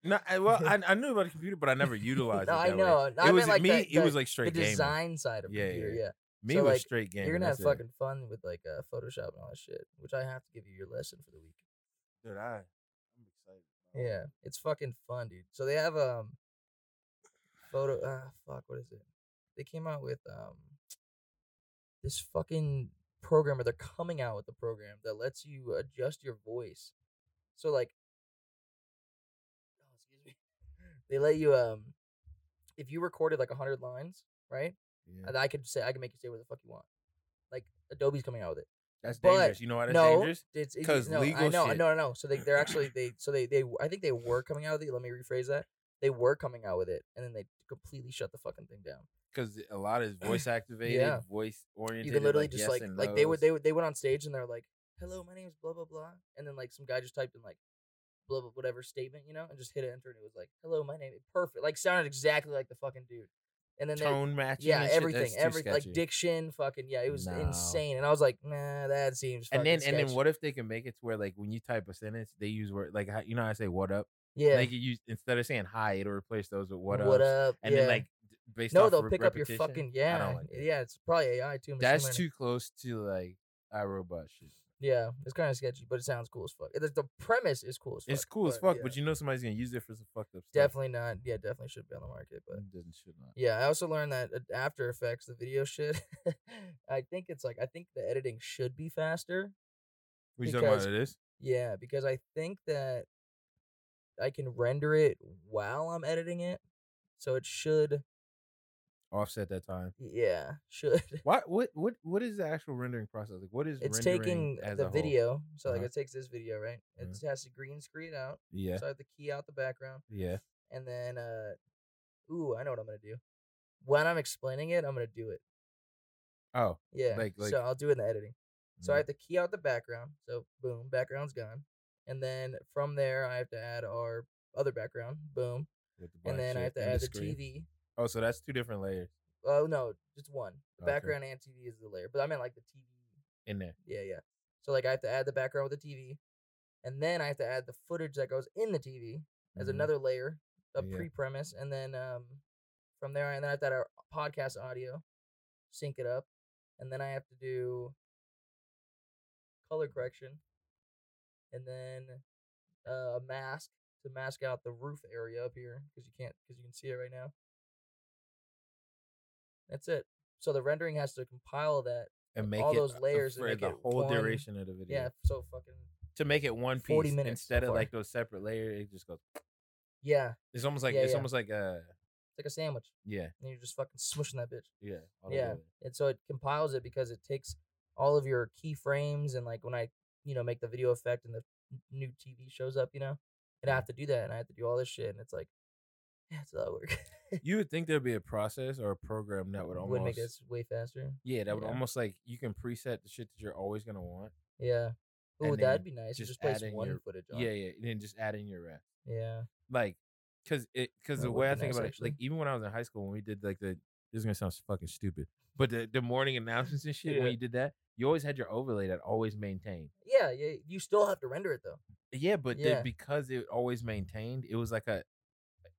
S3: No, I, well, I, I knew about a computer, but I never utilized
S2: No,
S3: it.
S2: I
S3: That
S2: know.
S3: Way.
S2: No, I
S3: it
S2: meant
S3: was
S2: like
S3: me.
S2: that-
S3: it was
S2: that-
S3: like
S2: The
S3: straight gaming.
S2: design side of
S3: Yeah, yeah,
S2: computer,
S3: yeah.
S2: yeah.
S3: Me
S2: so,
S3: was
S2: like,
S3: straight gaming.
S2: You're gonna have
S3: that's it.
S2: fucking fun with like uh, Photoshop and all that shit, which I have to give you your lesson for the week.
S3: Dude, I, I'm excited. bro.
S2: Yeah, it's fucking fun, dude. So they have um, photo. Ah, fuck, what is it? They came out with um, this fucking program, or they're coming out with the program that lets you adjust your voice. So like, oh, excuse me. They let you um, if you recorded like hundred lines, right?
S3: Yeah.
S2: And I could say I can make you say what the fuck you want. Like Adobe's coming out with it.
S3: That's
S2: but-
S3: dangerous. You know why that's
S2: no,
S3: dangerous?
S2: It's, it's
S3: 'Cause
S2: no, I
S3: legal
S2: know, I
S3: shit.
S2: know, I know. So they they're actually they so they they I think they were coming out with it. Let me rephrase that. They were coming out with it, and then they completely shut the fucking thing down.
S3: Because a lot is voice activated,
S2: Yeah.
S3: voice oriented.
S2: You could literally
S3: like,
S2: just
S3: yes
S2: like
S3: and
S2: like they would
S3: no's.
S2: they would they went on stage and they're like, "Hello, my name is blah blah blah," and then like some guy just typed in like blah blah whatever statement you know, and just hit enter, and it was like, "Hello, my name." Perfect, like sounded exactly like the fucking dude. And then they
S3: tone matching.
S2: yeah
S3: and shit,
S2: everything
S3: that's too
S2: every like
S3: sketchy.
S2: diction fucking yeah it was
S3: No.
S2: insane, and I was like, "Nah, that seems."
S3: And then
S2: fucking
S3: and then
S2: sketch."
S3: what if they can make it to where like when you type a sentence they use word like how- you know how I say what up
S2: Yeah.
S3: they could use instead of saying hi it'll replace those with what, ups.
S2: up?
S3: and
S2: yeah.
S3: then like d- based
S2: no,
S3: off
S2: they'll
S3: re-
S2: pick
S3: repetition,
S2: up your fucking yeah,
S3: I don't like that.
S2: yeah. It's probably AI too. machine
S3: That's
S2: learning.
S3: too close to like iRobot shit.
S2: yeah. It's kind of sketchy, but it sounds cool as fuck. The, the premise is cool as fuck.
S3: It's cool as
S2: but,
S3: fuck,
S2: yeah,
S3: but you know somebody's gonna use it for some fucked up stuff.
S2: definitely not. Yeah, definitely should be on the market, but.
S3: It doesn't should not.
S2: Yeah, I also learned that uh, After Effects, the video shit, I think it's like I think the editing should be faster.
S3: What you talking about
S2: Because-
S3: it is?
S2: Yeah, because I think that I can render it while I'm editing it, so it should.
S3: Offset that time.
S2: Yeah, should.
S3: What what what what is the actual rendering process? Like what is
S2: it's
S3: rendering
S2: taking
S3: as a
S2: the
S3: whole?
S2: video, so like
S3: Uh-huh.
S2: it takes this video, right? It
S3: Mhm.
S2: just has to green screen out.
S3: Yeah.
S2: So I have to key out the background,
S3: Yeah.
S2: and then, uh, ooh, I know what I'm gonna do. When I'm explaining it, I'm gonna do it.
S3: Oh.
S2: Yeah.
S3: Like- like-
S2: so I'll do it in the editing. So I
S3: mm.
S2: have to key out the background. So boom, background's gone. And then from there, I have to add our other background. Boom.
S3: With the black
S2: And then
S3: shit
S2: I have to
S3: and
S2: add the
S3: screen.
S2: TV.
S3: Oh, so that's two different layers
S2: Oh no, just one. The
S3: Okay.
S2: background and TV is the layer, but I meant like the TV.
S3: in there.
S2: Yeah, yeah. So like I have to add the background with the TV, and then I have to add the footage that goes in the TV. as
S3: Mhm.
S2: another layer, a
S3: Yeah.
S2: pre-premise, and then um, from there, and then I have to add our podcast audio, sync it up, and then I have to do color correction, and then uh, a mask to mask out the roof area up here because you can't because you can see it right now. That's it. So the rendering has to compile that.
S3: and make
S2: all
S3: it
S2: those
S3: uh,
S2: layers and
S3: for
S2: make
S3: the
S2: it
S3: whole
S2: one-
S3: duration of the video.
S2: Yeah. So fucking.
S3: To make it one piece
S2: 40 minutes
S3: instead of
S2: before.
S3: like those separate layers, it just goes.
S2: Yeah.
S3: It's almost like
S2: Yeah,
S3: it's
S2: yeah.
S3: almost like a
S2: It's like a sandwich,
S3: yeah
S2: and you're just fucking smushing that bitch.
S3: yeah all
S2: Yeah.
S3: together.
S2: and so it compiles it because it takes all of your keyframes and like when I you know make the video effect and the n- new TV shows up, you know,
S3: Mm.
S2: and I have to do that and I have to do all this shit and it's like, yeah, it's a lot of work.
S3: You would think there'd be a process or a program that would almost
S2: make this way faster.
S3: Yeah, that would
S2: Yeah.
S3: almost like you can preset the shit that you're always gonna want.
S2: Yeah. Oh,
S3: And
S2: that'd
S3: then
S2: be nice. You
S3: just
S2: Just place
S3: adding
S2: one
S3: your-
S2: footage on.
S3: Yeah, yeah, and then just add in your rap.
S2: Yeah.
S3: Like, cause it, cause
S2: That
S3: the
S2: would
S3: way
S2: be
S3: I think
S2: nice,
S3: about it,
S2: actually.
S3: like even when I was in high school when we did like the, this is gonna sound fucking stupid, but the the morning announcements and shit
S2: Yeah.
S3: when you did that, you always had your overlay that always maintained.
S2: Yeah. Yeah. You still have to render it though.
S3: Yeah, but
S2: Yeah.
S3: then because it always maintained, it was like a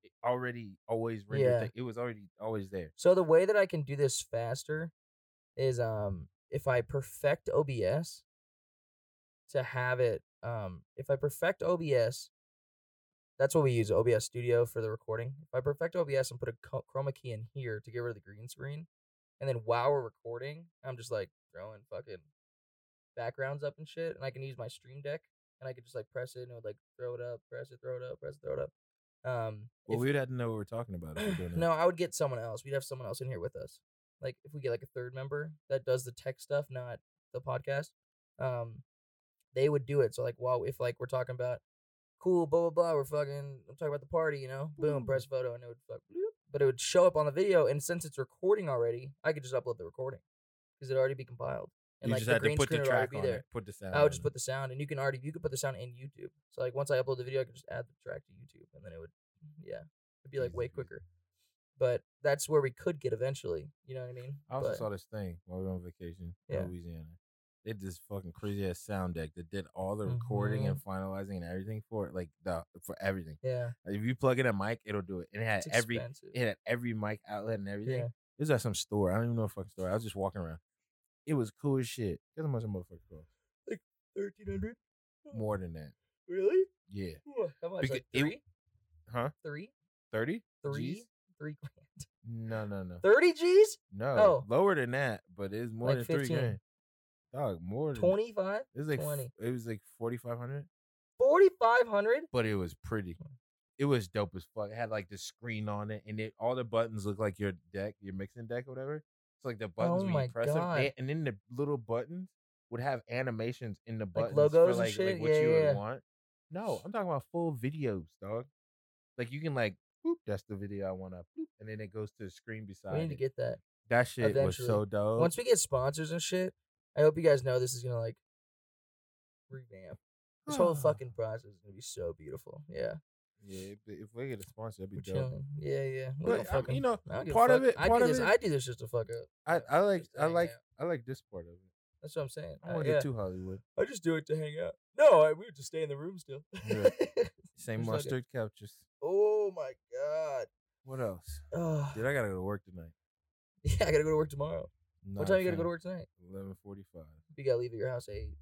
S3: it already always rendered.
S2: Yeah.
S3: Thing. It was already always there.
S2: So the way that I can do this faster is um if I perfect OBS to have it um if I perfect OBS that's what we use OBS Studio for the recording. If I perfect OBS and put a co- chroma key in here to get rid of the green screen, and then while we're recording, I'm just like throwing fucking backgrounds up and shit, and I can use my Stream Deck and I could just like press it and it would like throw it up, press it, throw it up, press it, throw it up. Um,
S3: Well,
S2: if-
S3: we would have to know what we're talking about. If we're doing
S2: no, I would get someone else. We'd have someone else in here with us. Like if we get like a third member that does the tech stuff, not the podcast. um, they would do it. So like, while if like we're talking about cool, blah blah blah, we're fucking. I'm talking about the party, you know. Boom,
S3: Mm.
S2: press photo, and it would fuck, bloop, but it would show up on the video. And since it's recording already, I could just upload the recording because it'd already be compiled. And
S3: you
S2: like
S3: just
S2: the
S3: had to
S2: green
S3: put the
S2: screen would already
S3: track
S2: be
S3: on
S2: there.
S3: it. Put the sound.
S2: I
S3: on
S2: would just
S3: it.
S2: put the sound, and you can already you can put the sound in YouTube. So like once I upload the video, I can just add the track to YouTube, and then it would, yeah, it'd be like way
S3: Easy peasy.
S2: quicker. But that's where we could get eventually. You know what I mean?
S3: I also
S2: But-
S3: saw this thing while we were on vacation
S2: Yeah.
S3: in Louisiana. They did this fucking crazy ass sound deck that did all the recording and
S2: Mm-hmm.
S3: finalizing and everything for it, like the for everything.
S2: yeah,
S3: Like, if you plug in a mic, it'll do it. And it had
S2: it's
S3: every
S2: expensive.
S3: it had every mic outlet and everything.
S2: Yeah.
S3: It was at some store. I don't even know a fucking store. I was just walking around. It was cool as shit. Guess how much a motherfucker cost?
S2: Thirteen hundred. Oh,
S3: More than that.
S2: Really?
S3: Yeah.
S2: Ooh, How much?
S3: Becau-
S2: Like
S3: it-
S2: three?
S3: Huh?
S2: Three?
S3: Thirty?
S2: Three?
S3: G's?
S2: Three grand?
S3: No, no, no.
S2: Thirty G's?
S3: No.
S2: Oh.
S3: Lower than that, but it's more
S2: Like
S3: than
S2: 15.
S3: three grand. Dog, more than
S2: Twenty five?
S3: It was like f-
S2: 20.
S3: it was like forty five hundred.
S2: Forty five hundred?
S3: but it was pretty. It was dope as fuck. It had like the screen on it, and it, all the buttons look like your deck, your mixing deck or whatever. It's like the buttons
S2: Oh
S3: when
S2: my
S3: you press them,
S2: God.
S3: they- and then the little buttons would have animations in the buttons
S2: logos
S3: for
S2: and
S3: like, like
S2: shit?
S3: what
S2: Yeah,
S3: you
S2: yeah, yeah.
S3: would want. No, I'm talking about full videos, dog. Like you can like, boop, that's the video I want to, and then it goes to the screen beside.
S2: We need to
S3: it.
S2: get that.
S3: that shit
S2: eventually.
S3: was so dope.
S2: Once we get sponsors and shit, I hope you guys know this is gonna like revamp. This whole fucking process is gonna be so beautiful. Yeah,
S3: Ah. yeah, if, if we get a sponsor, that'd
S2: we're
S3: be dope.
S2: chilling. Yeah, yeah.
S3: But,
S2: We don't
S3: I mean,
S2: fucking-
S3: you know,
S2: I don't give a
S3: part of
S2: fuck.
S3: it-
S2: I
S3: part
S2: do
S3: of
S2: this.
S3: it-
S2: I do this just to fuck up.
S3: I, I like,
S2: Just to
S3: I
S2: hang
S3: like,
S2: out.
S3: I like this part of it.
S2: That's what I'm saying.
S3: I
S2: Uh,
S3: want to
S2: yeah.
S3: get to Hollywood.
S2: I just do it to hang out. No, I, we would just stay in the room still.
S3: Yeah.
S2: Just
S3: Same
S2: like it.
S3: mustard couches.
S2: oh my god.
S3: What else?
S2: Ugh.
S3: Dude, I gotta go to work tonight.
S2: yeah, I gotta go to work tomorrow.
S3: Nah,
S2: what time you gotta go
S3: fam.
S2: to work tonight?
S3: Eleven forty-five.
S2: You gotta leave at your house at eight.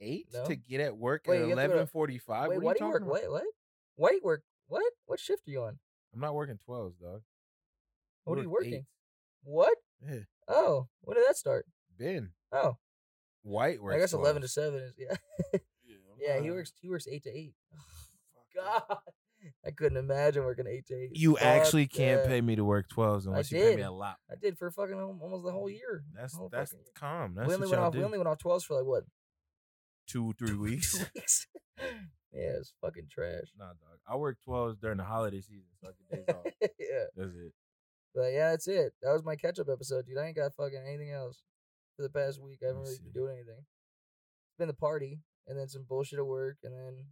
S3: Eight
S2: No?
S3: to get at work
S2: Wait,
S3: at
S2: you have to go to-
S3: eleven forty-five.
S2: Wait,
S3: What
S2: why
S3: are
S2: do you work?
S3: talking about?
S2: Wait, what? Why do you work? What? What shift are you on?
S3: I'm not working twelves, dog. I
S2: What are you
S3: work
S2: working? What?
S3: Yeah,
S2: Oh, when did that start?
S3: Ben
S2: Oh,
S3: White works.
S2: I guess eleven to
S3: 12s.
S2: seven is yeah.
S3: I'm
S2: yeah, he
S3: not-
S2: works. He works eight to eight.
S3: Fuck that.
S2: God, I couldn't imagine working eight to eight.
S3: You
S2: Fuck
S3: actually can't
S2: that.
S3: pay me to work twelves unless you pay
S2: did.
S3: me a lot.
S2: I did for fucking al- almost the whole year.
S3: Mm, That's
S2: Whole
S3: that's
S2: fucking year.
S3: calm. That's
S2: we only
S3: what
S2: went
S3: y'all
S2: off. We
S3: do.
S2: only went off twelves for like what
S3: Two three weeks.
S2: weeks? yeah, it's fucking trash.
S3: nah, dog. I work twelves during the holiday season, so I get days off.
S2: yeah,
S3: That's it.
S2: but yeah, that's it. That was my catch up episode, dude. I ain't got fucking anything else for the past week. I
S3: Let
S2: haven't
S3: me
S2: really
S3: see.
S2: been doing anything. It's been the party, and then some bullshit at work, and then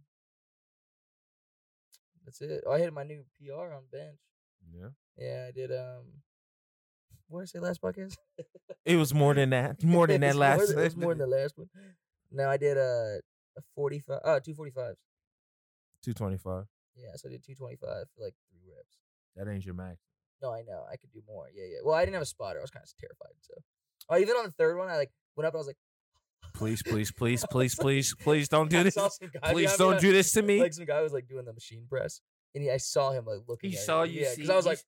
S2: that's it. Oh, I hit my new PR on bench.
S3: Yeah.
S2: Yeah, I did. Um, what did I say last podcast?
S3: It was more than that. More than that
S2: It's
S3: last.
S2: More than, it's more than the last one. No, I did uh, a forty-five. Uh, two forty-fives.
S3: Two twenty-five.
S2: Yeah, so I did two twenty-five for like three reps.
S3: That ain't your max.
S2: No, I know I could do more. Yeah, yeah. Well, I didn't have a spotter. I was kind of terrified. So, oh, even on the third one, I like went up. and I was like,
S3: Please, please, please,
S2: I
S3: please,
S2: was like-
S3: please, please don't
S2: I
S3: do this.
S2: saw some guy
S3: Please
S2: behind me,
S3: don't
S2: like-
S3: do this to me.
S2: Like some guy was like doing the machine press, and he, I saw him like looking.
S3: He
S2: at
S3: saw
S2: it.
S3: you.
S2: Yeah,
S3: see,
S2: because I was
S3: he-
S2: like,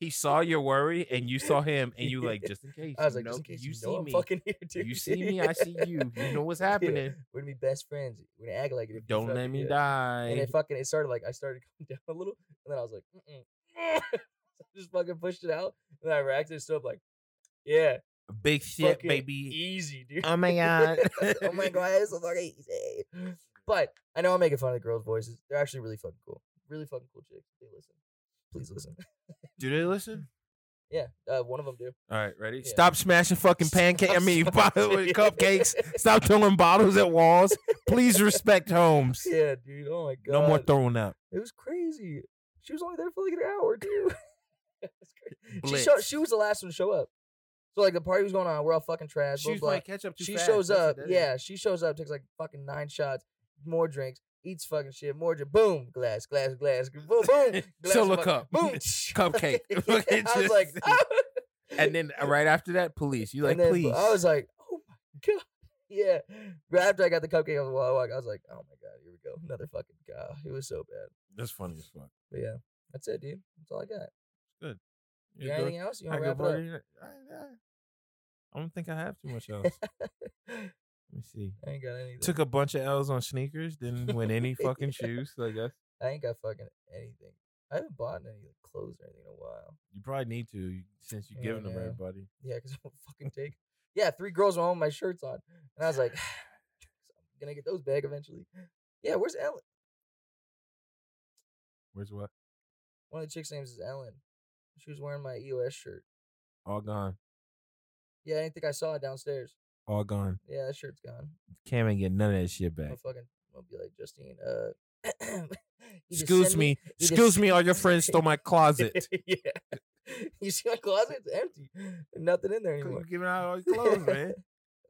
S3: he saw your worry, and you saw him, and you like, just in case.
S2: I was
S3: you
S2: like,
S3: know-
S2: just in case you,
S3: you
S2: know
S3: see
S2: I'm
S3: me.
S2: fucking here, dude.
S3: You see me, I see you. You know what's happening.
S2: We're gonna be best friends. We're gonna act like it. if you
S3: Don't let
S2: fucking-
S3: me
S2: yeah. And
S3: die.
S2: it fucking it started like I started coming down a little, and then I was like, Mm-mm. So I just fucking pushed it out, and then I racked it still up like, yeah,
S3: Big shit,
S2: fucking
S3: baby.
S2: easy, dude.
S3: Oh my god.
S2: oh my god, it's so fucking easy. But I know I'm making fun of the girls' voices. They're actually really fucking cool. Really fucking cool chicks. They listen. Please listen.
S3: Do they listen?
S2: Yeah, uh, one of them do.
S3: All right, ready?
S2: Yeah.
S3: Stop smashing fucking pancakes. I
S2: Stop
S3: mean,
S2: smashing-
S3: cupcakes. Stop throwing bottles at walls. Please respect homes.
S2: Yeah, dude. Oh my god.
S3: No more throwing up.
S2: It was crazy. She was only there for like an hour, dude. It's crazy. she,
S3: Blitz.
S2: show, she was the last one to show up. So like the party was going on. We're all fucking trash. Blah,
S3: Shoes
S2: blah.
S3: might catch up too
S2: she
S3: fast.
S2: shows
S3: That's what
S2: up.
S3: that is.
S2: Yeah, she shows up. Takes like fucking nine shots, more drinks, eats fucking shit, more drink. Boom, glass, glass, glass. Boom, boom. Glass,
S3: Solo
S2: fuck-
S3: cup.
S2: Boom,
S3: Cupcake.
S2: yeah, I was like,
S3: Just-
S2: "Ah."
S3: And then uh, right after that, police. You like,
S2: And then
S3: please.
S2: I was like, oh my god. Yeah. Right after I got the cupcake on the wall, I was like, oh my god, here we go, another fucking god. It was so bad.
S3: That's funny as fuck.
S2: But yeah, that's it, dude. That's all I got. You
S3: You
S2: got
S3: good?
S2: anything else? You
S3: I
S2: want to
S3: good,
S2: wrap
S3: buddy?
S2: it
S3: I, I- I don't think I have too much else. Let
S2: up?
S3: me see.
S2: I ain't got anything.
S3: Took a bunch of L's on sneakers, didn't win any fucking
S2: Yeah.
S3: shoes. So I guess
S2: I ain't got fucking anything. I haven't bought any like, clothes or anything in a while.
S3: you probably need to since you're
S2: Yeah,
S3: giving them
S2: yeah.
S3: everybody.
S2: Yeah, because I won't fucking take. Yeah, three girls were home with my shirts on, and I was like, Can I get those back eventually? Yeah, where's Ellen?
S3: Where's what?
S2: One of the chicks' names is Ellen. She was wearing my EOS shirt.
S3: All gone.
S2: Yeah, I didn't think I saw it downstairs.
S3: All gone.
S2: Yeah, that shirt's gone.
S3: Cam ain't getting none of that shit
S2: I'm
S3: back.
S2: fucking. I'll be like Justine. Uh, you just
S3: Excuse
S2: send
S3: me.
S2: you just-
S3: Excuse me. All your friends stole my closet.
S2: yeah. You see my closet's empty. Nothing in there
S3: You're
S2: anymore.
S3: giving out all your clothes, man.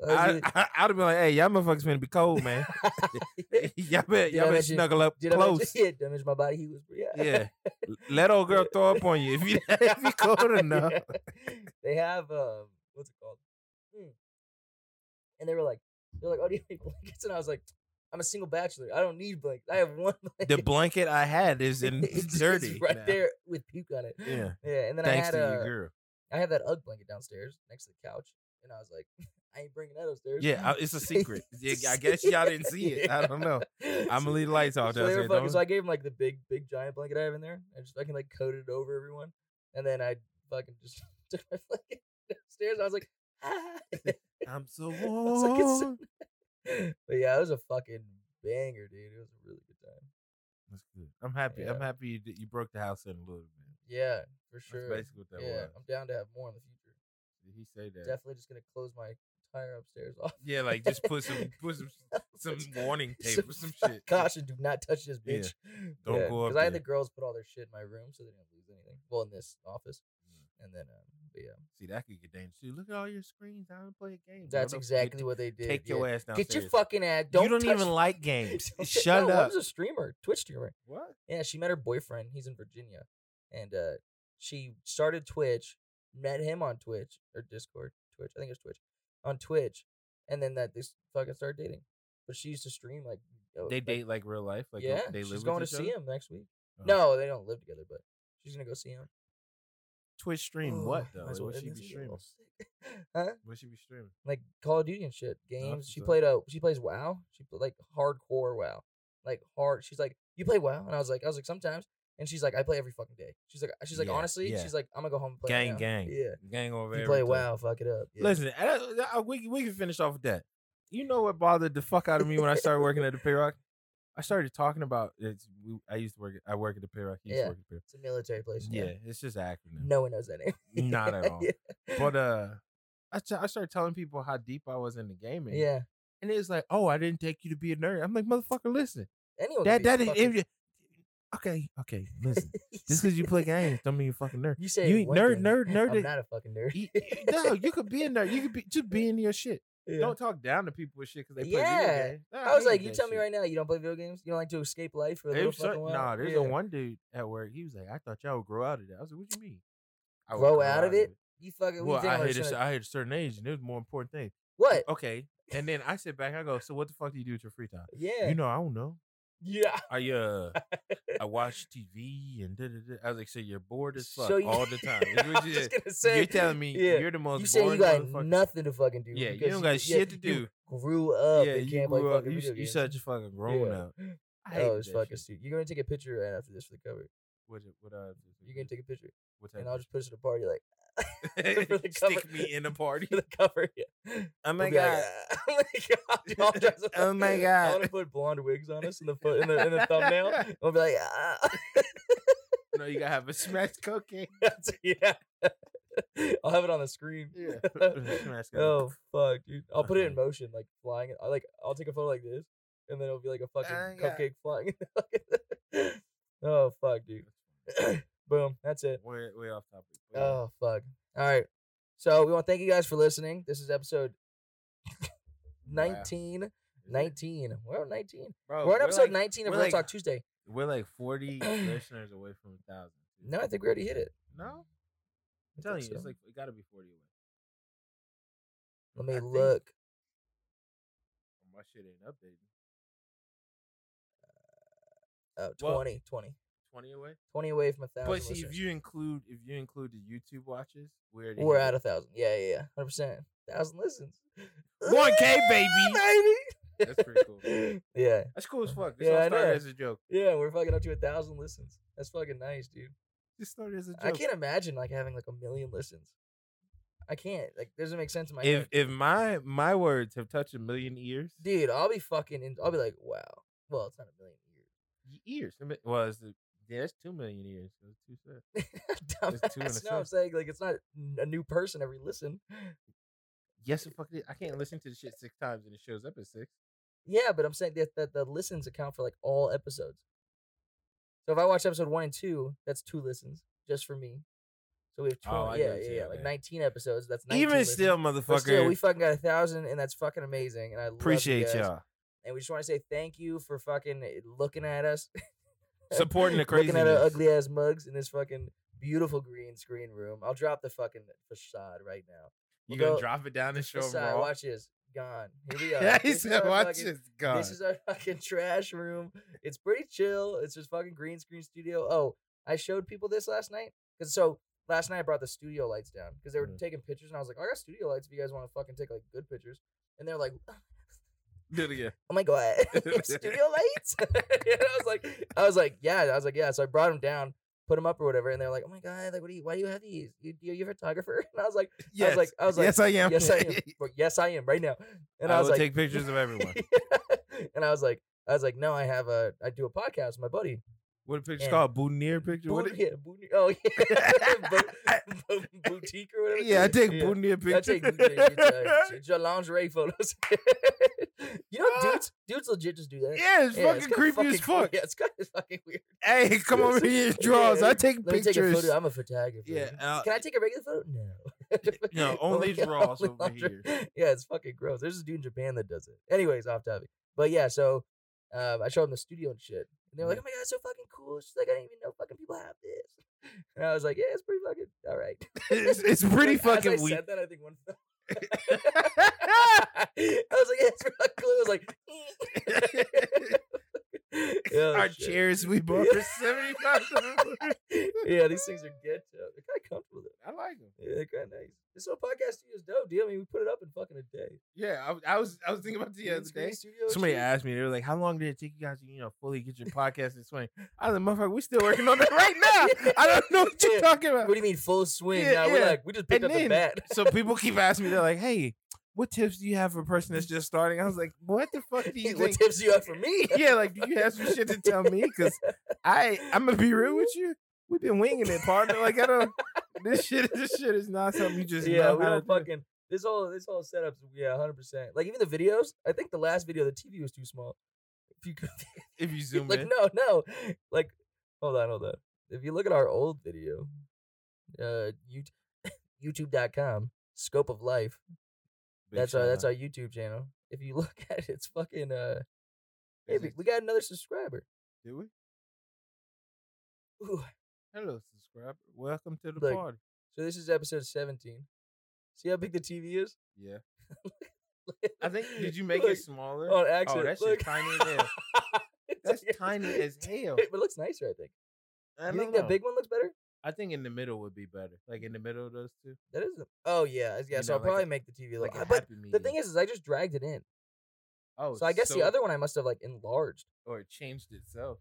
S2: That was
S3: I,
S2: really-
S3: I, I'd have been like, hey, y'all motherfuckers finna be cold, man. y'all better,
S2: Did I
S3: y'all better
S2: mention-
S3: snuggle up
S2: Did I mention-
S3: close.
S2: Yeah, damage my body. He was yeah.
S3: yeah. L- Let old girl throw up on you if you if you cold enough.
S2: Yeah. They have um, what's it called? Hmm. And they were like, they're like, oh, do you need blankets? And I was like, I'm a single bachelor. I don't need blankets. I have one blanket.
S3: The blanket I had is in
S2: It's- it's
S3: dirty.
S2: right
S3: now,
S2: there with puke on it.
S3: Yeah.
S2: yeah. And then
S3: Thanks
S2: I
S3: to
S2: had
S3: your
S2: a,
S3: girl.
S2: I have that UGG blanket downstairs next to the couch, and I was like, I ain't bringing that upstairs.
S3: Yeah, I- it's a secret. Yeah, I guess y'all didn't see it. I don't know. I'm gonna leave the lights off
S2: so, they were
S3: downstairs.
S2: fucking,
S3: don't-
S2: so I gave him like the big, big giant blanket I have in there. I just fucking like coated it over everyone, and then I fucking just took my blanket downstairs. I was like, ah.
S3: I'm so
S2: I was like, it's so
S3: warm.
S2: nice. but yeah, it was a fucking banger, dude. It was a really good time.
S3: That's good. I'm happy.
S2: Yeah.
S3: I'm happy you, did, you broke the house in a little bit.
S2: Yeah, for
S3: That's
S2: sure.
S3: basically what that
S2: yeah,
S3: was.
S2: I'm down to have more in the future.
S3: Did he say that?
S2: Definitely just gonna close my entire upstairs off.
S3: Yeah, like just put some put some some warning tape or some shit.
S2: Caution, do not touch this
S3: Yeah.
S2: bitch.
S3: Don't go up
S2: Because I had the
S3: there.
S2: girls put all their shit in my room so they didn't lose anything. Well, in this office.
S3: Mm.
S2: And then, um, but yeah.
S3: See, that could get dangerous too. Look at all your screens. I don't play a game.
S2: That's
S3: motherfucker.
S2: exactly what they did.
S3: Take
S2: yeah.
S3: your ass down.
S2: Get your fucking ad. Don't
S3: you don't
S2: touch-
S3: even like games.
S2: Don't touch-
S3: Shut
S2: no, I
S3: up.
S2: was a streamer, Twitch streamer.
S3: What?
S2: Yeah, she met her boyfriend. He's in Virginia, and uh, she started Twitch, met him on Twitch or Discord, Twitch. I think it's Twitch, on Twitch, and then that they s- fucking started dating. But she used to stream like uh,
S3: They
S2: like-
S3: date like real life. Like
S2: yeah,
S3: they live
S2: she's
S3: with
S2: going to
S3: each
S2: see
S3: other?
S2: him next week.
S3: Oh.
S2: No, they don't live together, but she's gonna go see him.
S3: Twitch stream.
S2: Ooh,
S3: what
S2: might
S3: though? Like,
S2: as well
S3: what
S2: end
S3: she
S2: this
S3: be
S2: and get
S3: streaming?
S2: all sick. huh?
S3: What she be streaming?
S2: like Call of Duty and shit games. she
S3: what's up.
S2: played a she plays WoW. She played like hardcore WoW, like hard. She's like, you play WoW, and I was like, I was like sometimes, and she's like, I play every fucking day. She's like, she's like
S3: Yeah,
S2: honestly,
S3: yeah.
S2: she's like, I'm gonna go home and play it
S3: Gang,
S2: now."
S3: gang.
S2: Yeah,
S3: Gang over.
S2: If you play
S3: everything.
S2: WoW, fuck it up. Yeah.
S3: Listen, I, I- I- we, can- we can finish off with that. You know what bothered the fuck out of me when I started working at the Payrock? I started talking about it's. We, I used to work. at- I work at the Payrock. He used
S2: Yeah.
S3: to work at the Payrock.
S2: it's a military place.
S3: Yeah, it's just an acronym.
S2: no one knows that name.
S3: Not at all.
S2: yeah.
S3: But uh, I t- I started telling people how deep I was in the gaming.
S2: yeah,
S3: and it was like, oh, I didn't take you to be a nerd. I'm like, motherfucker, listen.
S2: anyone.
S3: That
S2: can be
S3: that is
S2: Oh, fucking-
S3: if you- okay. Okay, listen. Just because you play games, don't mean you're a fucking nerd.
S2: you say
S3: you
S2: it
S3: ain't
S2: one
S3: nerd,
S2: thing,
S3: nerd, nerd
S2: I'm
S3: it-
S2: not a fucking nerd.
S3: You- you- no, you could be a nerd. You could be just be in your shit.
S2: Yeah.
S3: Don't talk down to people with shit because they play
S2: Yeah.
S3: video games. Nah,
S2: I was
S3: hate
S2: like, you
S3: that
S2: tell me
S3: shit.
S2: right now, you don't play video games. You don't like to escape life for a
S3: There
S2: little
S3: was
S2: fucking
S3: cer-
S2: while.
S3: nah, there's
S2: yeah.
S3: a one dude at work. He was like, I thought y'all would grow out of that. I was like, what you mean? I would
S2: Grow out of it? You fucking.
S3: Well,
S2: what do you
S3: I
S2: think
S3: hit,
S2: I'm
S3: a, cer-
S2: gonna-
S3: I Oh, hit a certain age, and there's more important things.
S2: What?
S3: Okay, and then I sit back. I go, so what the fuck do you do with your free time?
S2: Yeah.
S3: You know, I don't know.
S2: Yeah.
S3: I uh, I watch TV and da da da. I was like, so you're bored as fuck
S2: So you-
S3: all the time. Is
S2: I
S3: what
S2: was
S3: you
S2: just
S3: did.
S2: gonna say.
S3: you're telling me
S2: yeah.
S3: you're the most
S2: you say
S3: boring
S2: you got
S3: motherfucker.
S2: nothing to fucking do.
S3: Yeah, you
S2: because
S3: don't got
S2: yeah,
S3: shit to
S2: you
S3: do.
S2: Grew up.
S3: yeah,
S2: and
S3: you
S2: can't play
S3: grew up.
S2: fucking
S3: You,
S2: video
S3: you
S2: games.
S3: such a fucking grown
S2: Yeah.
S3: up. I hate
S2: Oh, it's
S3: that
S2: fucking
S3: shit.
S2: stupid. You're gonna take a picture right after this for the cover.
S3: What, what, uh,
S2: You're gonna take a picture,
S3: what type
S2: and I'll
S3: of-
S2: just put it at a party like for the cover.
S3: stick me in a party.
S2: for the cover. Yeah.
S3: Oh
S2: We'll be like, "Ah, oh my god! you all dressed up.
S3: Oh my
S2: I want to
S3: God.
S2: put blonde wigs on us in the fo- in the, in the thumbnail. I'll be like, ah.
S3: no, you gotta have a smash cocaine.
S2: yeah. I'll have it on the screen.
S3: Yeah. Smash cut.
S2: oh fuck, dude! I'll put it in
S3: Uh-huh.
S2: motion, like flying. it- I like I'll take a photo like this, and then it'll be like a fucking
S3: Oh, yeah.
S2: cupcake flying. oh fuck, dude! Boom, that's it.
S3: We're way off topic. but yeah.
S2: Oh fuck. All right. So we want to thank you guys for listening. This is episode 19.
S3: Is it?
S2: 19. We're on 19.
S3: Bro,
S2: We're on episode
S3: like,
S2: 19 of
S3: we're
S2: Real
S3: like-
S2: Talk Tuesday.
S3: We're like 40 listeners away from a thousand.
S2: No, I think we already hit it.
S3: No,
S2: I
S3: I'm telling you,
S2: think
S3: it's
S2: so.
S3: like it gotta be 40 away.
S2: let
S3: I
S2: me
S3: think-
S2: look.
S3: My shit ain't updated.
S2: Oh,
S3: Well-
S2: 20, 20.
S3: 20 away.
S2: 20 away from a thousand.
S3: But see, if
S2: listeners.
S3: you include if you include the YouTube watches, we're
S2: We're at a thousand. Yeah, yeah, yeah. Hundred percent. Thousand listens.
S3: 1K,
S2: Ooh,
S3: baby.
S2: baby.
S3: That's pretty cool.
S2: yeah.
S3: That's cool as fuck. This
S2: Yeah, I
S3: all
S2: know.
S3: started as a joke.
S2: Yeah, we're fucking up to a thousand listens. That's fucking nice, dude.
S3: This started as a joke.
S2: I can't imagine like having like a million listens. I can't. Like, doesn't make sense in my
S3: If
S2: head.
S3: if my my words have touched a million ears,
S2: Dude, I'll be fucking. In, I'll be like, wow. Well, it's not a million years.
S3: y- ears. I mean, Well, it's the, yeah, it's two million ears. so it's two cents. It's two and a
S2: Dumbass. No, I'm
S3: sub.
S2: saying like it's not n- a new person every listen.
S3: Yes, it fucking. is. I can't listen to the shit six times and it shows up at six.
S2: Yeah, but I'm saying that, that the listens account for like all episodes. So if I watch episode one and two, that's two listens just for me. So we have
S3: Oh,
S2: 20,
S3: I get what
S2: yeah, yeah,
S3: you're
S2: yeah,
S3: saying,
S2: like
S3: man.
S2: 19 episodes. That's 19
S3: Even
S2: listens.
S3: still,
S2: But
S3: motherfucker,
S2: still, we fucking got a thousand, and that's fucking amazing. And I love you
S3: appreciate
S2: guys.
S3: y'all
S2: And we just want to say thank you for fucking eh, looking at us,
S3: supporting the crazy.
S2: looking at our ugly ass mugs in this fucking beautiful green screen room. I'll drop the fucking facade right now.
S3: You
S2: We'll
S3: gonna
S2: go-
S3: drop it down and show them
S2: Facade,
S3: raw?
S2: watch this. Gone. Here we are.
S3: Yeah, he
S2: This is
S3: said,
S2: our
S3: "Watch
S2: fucking-
S3: this, God."
S2: This is our fucking trash room. It's pretty chill. It's just fucking green screen studio. Oh, I showed people this last night. Cause so last night I brought the studio lights down because they were
S3: Mhm.
S2: taking pictures and I was like, "Oh, I got studio lights if you guys want to fucking take like good pictures. And they're like,
S3: Do it again.
S2: Oh my god, You have studio lights. and I was like, I was like, yeah. I was like, yeah. So I brought them down, put them up or whatever, and they're like, Oh my god, like, what do you? Why do you have these? You, you, you a photographer? And I was like,
S3: Yes.
S2: like- I was like,
S3: yes, I am.
S2: Yes, I am. Bro, yes, I am right now. And I,
S3: I
S2: was
S3: will
S2: like,
S3: take pictures of everyone.
S2: and I was like, I was like, no, I have a, I do a podcast with my buddy.
S3: What a picture's
S2: And-
S3: called? Boutonniere picture? What
S2: Boot,
S3: it-
S2: yeah, boot, oh yeah, Bo- bo- boutique or whatever.
S3: yeah, I take
S2: Yeah.
S3: boutonniere
S2: I
S3: picture.
S2: take yeah, get your, get your lingerie photos. you know,
S3: Ah.
S2: dudes, dudes legit just do that.
S3: yeah, it's
S2: Yeah,
S3: fucking
S2: kinda
S3: creepy as
S2: fucking cool.
S3: fuck.
S2: Yeah, it's kind of fucking weird.
S3: Hey, come over here and draws.
S2: Yeah,
S3: I take
S2: Let me
S3: pictures.
S2: take a photo. I'm a photographer.
S3: yeah, uh,
S2: Can I take a regular photo? No.
S3: no, only draws
S2: only
S3: over
S2: lingerie. Yeah, it's fucking gross. There's this dude in Japan that does it. Anyways, off topic. But yeah, so um, I showed him the studio and shit. And they were like,
S3: Yeah.
S2: oh my God, it's so fucking cool. She's like, I didn't even know fucking people have this. And I was like, yeah, it's pretty fucking, all right.
S3: It's- it's pretty
S2: Like, as
S3: fucking
S2: I
S3: weak.
S2: said that, I think one. I was like, yeah, it's pretty fucking cool. It was like, Oh,
S3: Our
S2: shit.
S3: chairs we bought
S2: Yeah.
S3: for seventy five dollars.
S2: yeah, these things are good. Though. They're kind of comfortable. Though.
S3: I like them.
S2: Yeah, they're kind of nice. This whole podcast studio is dope, dude. I mean, we put it up in fucking a day.
S3: Yeah, I, I was I was thinking about the
S2: Green
S3: other
S2: screen
S3: day.
S2: studio and
S3: Somebody
S2: shit.
S3: asked me, they were like, "How long did it take you guys to, you know, fully get your podcast in swing?" I was like, "Motherfucker, we're still working on that right now. I don't know what you're
S2: Yeah.
S3: talking
S2: What
S3: about."
S2: do you mean full swing?
S3: Yeah,
S2: nah, we're
S3: yeah.
S2: like, we just picked
S3: And
S2: up the bat.
S3: so people keep asking me, they're like, "Hey, what tips do you have for a person that's just starting?" I was like, "What the fuck do you
S2: what
S3: think?"
S2: tips do you have for me?
S3: yeah, like, do you have some shit to tell me? Because I, I'm gonna be real with you. We've been winging it, partner. Like, I don't. This shit, this shit is not something you just.
S2: yeah,
S3: know
S2: we
S3: how to
S2: don't
S3: do.
S2: fucking. This whole this whole setup's yeah, hundred percent. Like even the videos. I think the last video, the TV was too small. If you could,
S3: If you zoom
S2: like
S3: in,
S2: no, no, like hold on, hold on. If you look at our old video, uh, you, YouTube.com, scope of life.
S3: Big
S2: that's our that's
S3: shout
S2: our YouTube channel. If you look at it, it's fucking uh.
S3: out.
S2: Hey,
S3: Is
S2: we-
S3: it-
S2: we got another subscriber.
S3: do we?
S2: Ooh,
S3: Hello, subscriber. Welcome to the
S2: Look.
S3: party.
S2: So this is episode 17. See how big the TV is?
S3: Yeah, I think. Did you make
S2: Look,
S3: it smaller?
S2: on accident?
S3: Oh, that
S2: look.
S3: shit's tiny as hell.
S2: It's
S3: That's
S2: like-
S3: tiny as hell.
S2: It looks nicer, I think.
S3: I
S2: you think
S3: don't know.
S2: that big one looks better?
S3: I think in the middle would be better. Like in the middle of those two.
S2: That is. the- Oh yeah, yeah.
S3: You
S2: so
S3: know,
S2: I'll
S3: like
S2: probably
S3: a-
S2: make the TV
S3: Like
S2: look.
S3: a
S2: but
S3: happy
S2: the
S3: medium.
S2: thing is, is I just dragged it in.
S3: oh,
S2: so I guess the other one I must have like enlarged.
S3: or it changed itself.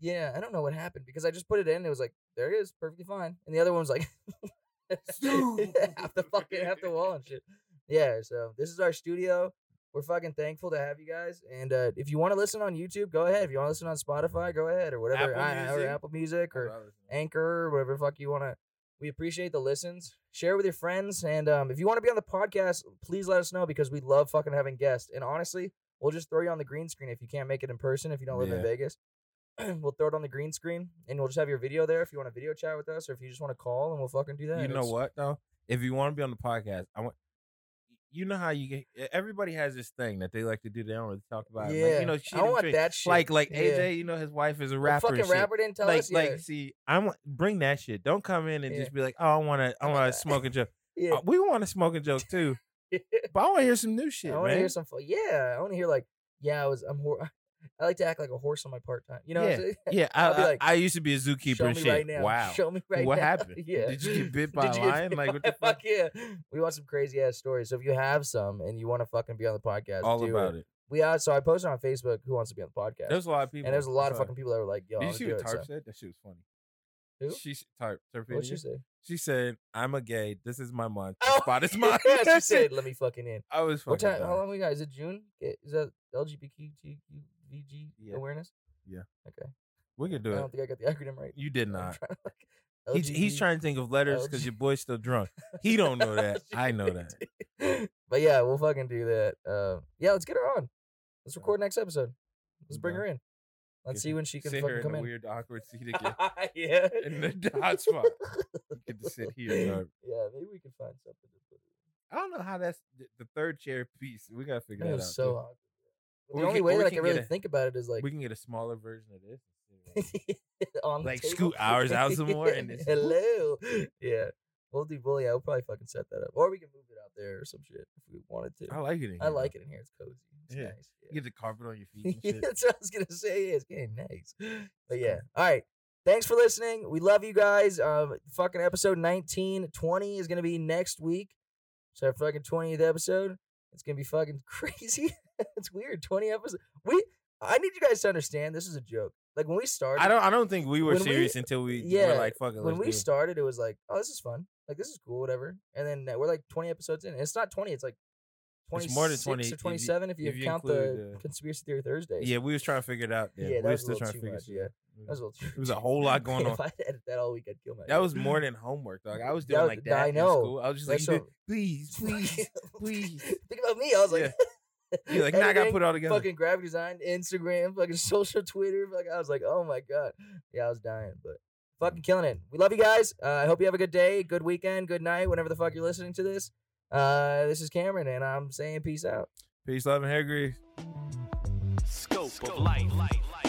S2: Yeah, I don't know what happened because I just put it in. It was like there it is, perfectly fine. And the other one was like half the fucking half the wall and shit. Yeah, so this is our studio. We're fucking thankful to have you guys. And uh, if you want to listen on YouTube, go ahead. If you want to listen on Spotify, go ahead or whatever,
S3: Apple
S2: I- or
S3: Music.
S2: Apple Music or
S3: Regardless, man.
S2: Anchor, whatever the fuck you want to. We appreciate the listens. Share with your friends, and um, if you want to be on the podcast, please let us know because we love fucking having guests. And honestly, we'll just throw you on the green screen if you can't make it in person. If you don't live in
S3: Yeah.
S2: Vegas, we'll throw it on the green screen, and we'll just have your video there if you want to video chat with us, or if you just want to call, and we'll fucking do that.
S3: You know
S2: It's-
S3: what though? If you want to be on the podcast, I want. You know how you get. e- Everybody has this thing that they like to do. They don't really talk about.
S2: Yeah,
S3: Like, you know, shit
S2: I
S3: and
S2: want
S3: drink.
S2: that shit.
S3: Like, like
S2: Yeah.
S3: AJ. You know, his wife is a
S2: The
S3: rapper. and
S2: fucking
S3: shit.
S2: rapper didn't tell
S3: like,
S2: us.
S3: like,
S2: yeah.
S3: see, I want bring that shit. Don't come in and
S2: Yeah.
S3: just be like, oh, I want to, I want to smoke a joke.
S2: yeah.
S3: Uh, we want to smoke a joke too, but I want to hear some new shit,
S2: I want to
S3: man.
S2: hear some. fu- Yeah, I want to hear like, yeah, I was. I'm. Hor- I like to act like a horse on my part time. You know. What I'm saying?
S3: yeah, I,
S2: eh, I'll be
S3: I,
S2: like,
S3: I used to be a zookeeper
S2: Show
S3: and
S2: me
S3: shit.
S2: right now.
S3: Wow,
S2: Show me right
S3: what
S2: now.
S3: happened?
S2: yeah.
S3: Did you get bit by
S2: Did
S3: a
S2: you get
S3: lion?
S2: bit
S3: Like
S2: by
S3: what the
S2: a
S3: fuck?
S2: Yeah. We want some crazy ass stories. So if you have some and you want to fucking be on the podcast,
S3: All
S2: do
S3: about it.
S2: We uh, so I posted on Facebook who wants to be on the podcast.
S3: There's a lot of people,
S2: and there's a lot of
S3: Sorry.
S2: fucking people that were like, yo,
S3: Did you
S2: I wanna
S3: see
S2: do
S3: what
S2: it, so-
S3: Tarp said? That shit was funny.
S2: Who?
S3: She tar-
S2: What'd she
S3: Tarfinia.
S2: say?
S3: She said, "I'm a gay. This is my month.
S2: Oh,
S3: The Spot is mine."
S2: yeah, she said, "Let me fucking in."
S3: "I was fucking."
S2: What time? How
S3: dying.
S2: long we got? Is it June? I- Is that LGBTQVG
S3: Yeah.
S2: awareness?
S3: Yeah.
S2: Okay.
S3: We can
S2: I
S3: do it.
S2: don't think I got the acronym right.
S3: You did
S2: I'm
S3: not.
S2: trying to, like,
S3: He's, he's
S2: LGBT
S3: trying to think of letters because your boy's still drunk. He don't know that. I know that.
S2: but yeah, we'll fucking do that. Uh, yeah, let's get her on. Let's record next episode. Let's bring
S3: Yeah.
S2: her in. Let's
S3: Uh, Get
S2: see when she can
S3: sit
S2: fucking
S3: here in
S2: come
S3: a
S2: in.
S3: weird, awkward seat again.
S2: yeah.
S3: in the hot spot. You get to sit here, dog.
S2: Yeah, maybe we can find something to put it.
S3: I don't know how that's th- the third chair piece. We gotta figure
S2: in. It
S3: that out.
S2: was so
S3: too.
S2: awkward.
S3: Or
S2: The
S3: we
S2: only
S3: can-
S2: way
S3: or we
S2: that I
S3: can
S2: can
S3: get
S2: really
S3: a-
S2: think about it is like
S3: we can get a smaller version of this. and sit
S2: on the
S3: Like,
S2: table.
S3: scoot ours out some more and it's-
S2: hello. Yeah, we'll do. Well, yeah, we'll probably fucking set that up, or we can move it out there or some shit if we wanted
S3: around.
S2: to.
S3: I like it. In
S2: I like it in here. It's cozy. It's
S3: Yeah.
S2: nice. yeah.
S3: You get the carpet on your feet. And
S2: Yeah,
S3: shit.
S2: That's what I was gonna say. Yeah, it's getting nice. But yeah. All right. Thanks for listening. We love you guys. Um fucking episode 19, 20 is gonna be next week. It's our fucking 20th episode. It's gonna be fucking crazy. it's weird. 20 episodes. We I need you guys to understand this is a joke. Like when we started
S3: I don't. I don't think we were
S2: When we-
S3: serious until we
S2: yeah,
S3: were like, "Fuck it."
S2: when
S3: let's
S2: we
S3: do it.
S2: started, it was like, oh, this is fun. Like this is cool, whatever. And then uh, we're like 20 episodes in. And it's not 20, it's like
S3: It's
S2: 26
S3: more than 20
S2: 20
S3: if
S2: or
S3: you-
S2: 27 if you,
S3: if you
S2: count the
S3: include, uh,
S2: conspiracy theory Thursdays.
S3: yeah, we was trying to figure it out. Then.
S2: Yeah, that
S3: we were
S2: was a
S3: still
S2: little
S3: trying
S2: too
S3: to figure
S2: much,
S3: shit out.
S2: That was a little
S3: There was a whole lot going
S2: If
S3: on.
S2: I edit that all week, I'd kill myself.
S3: That was more than homework, dog. I was doing
S2: That-
S3: like that.
S2: I
S3: in
S2: know.
S3: school. I was just like,
S2: That's
S3: "You did- please,
S2: so-
S3: please, please.
S2: Think about me. I was like,
S3: You're like, nah, I gotta
S2: editing,
S3: put it all together.
S2: fucking graphic design, Instagram, fucking social, Twitter. Like, I was like, oh my god, yeah, I was dying, but fucking killing it. We love you guys. Uh, I hope you have a good day, good weekend, good night, whenever the fuck you're listening to this. Uh, this is Cameron, and I'm saying peace out.
S3: Peace, love, and hair grease.
S1: scope of life.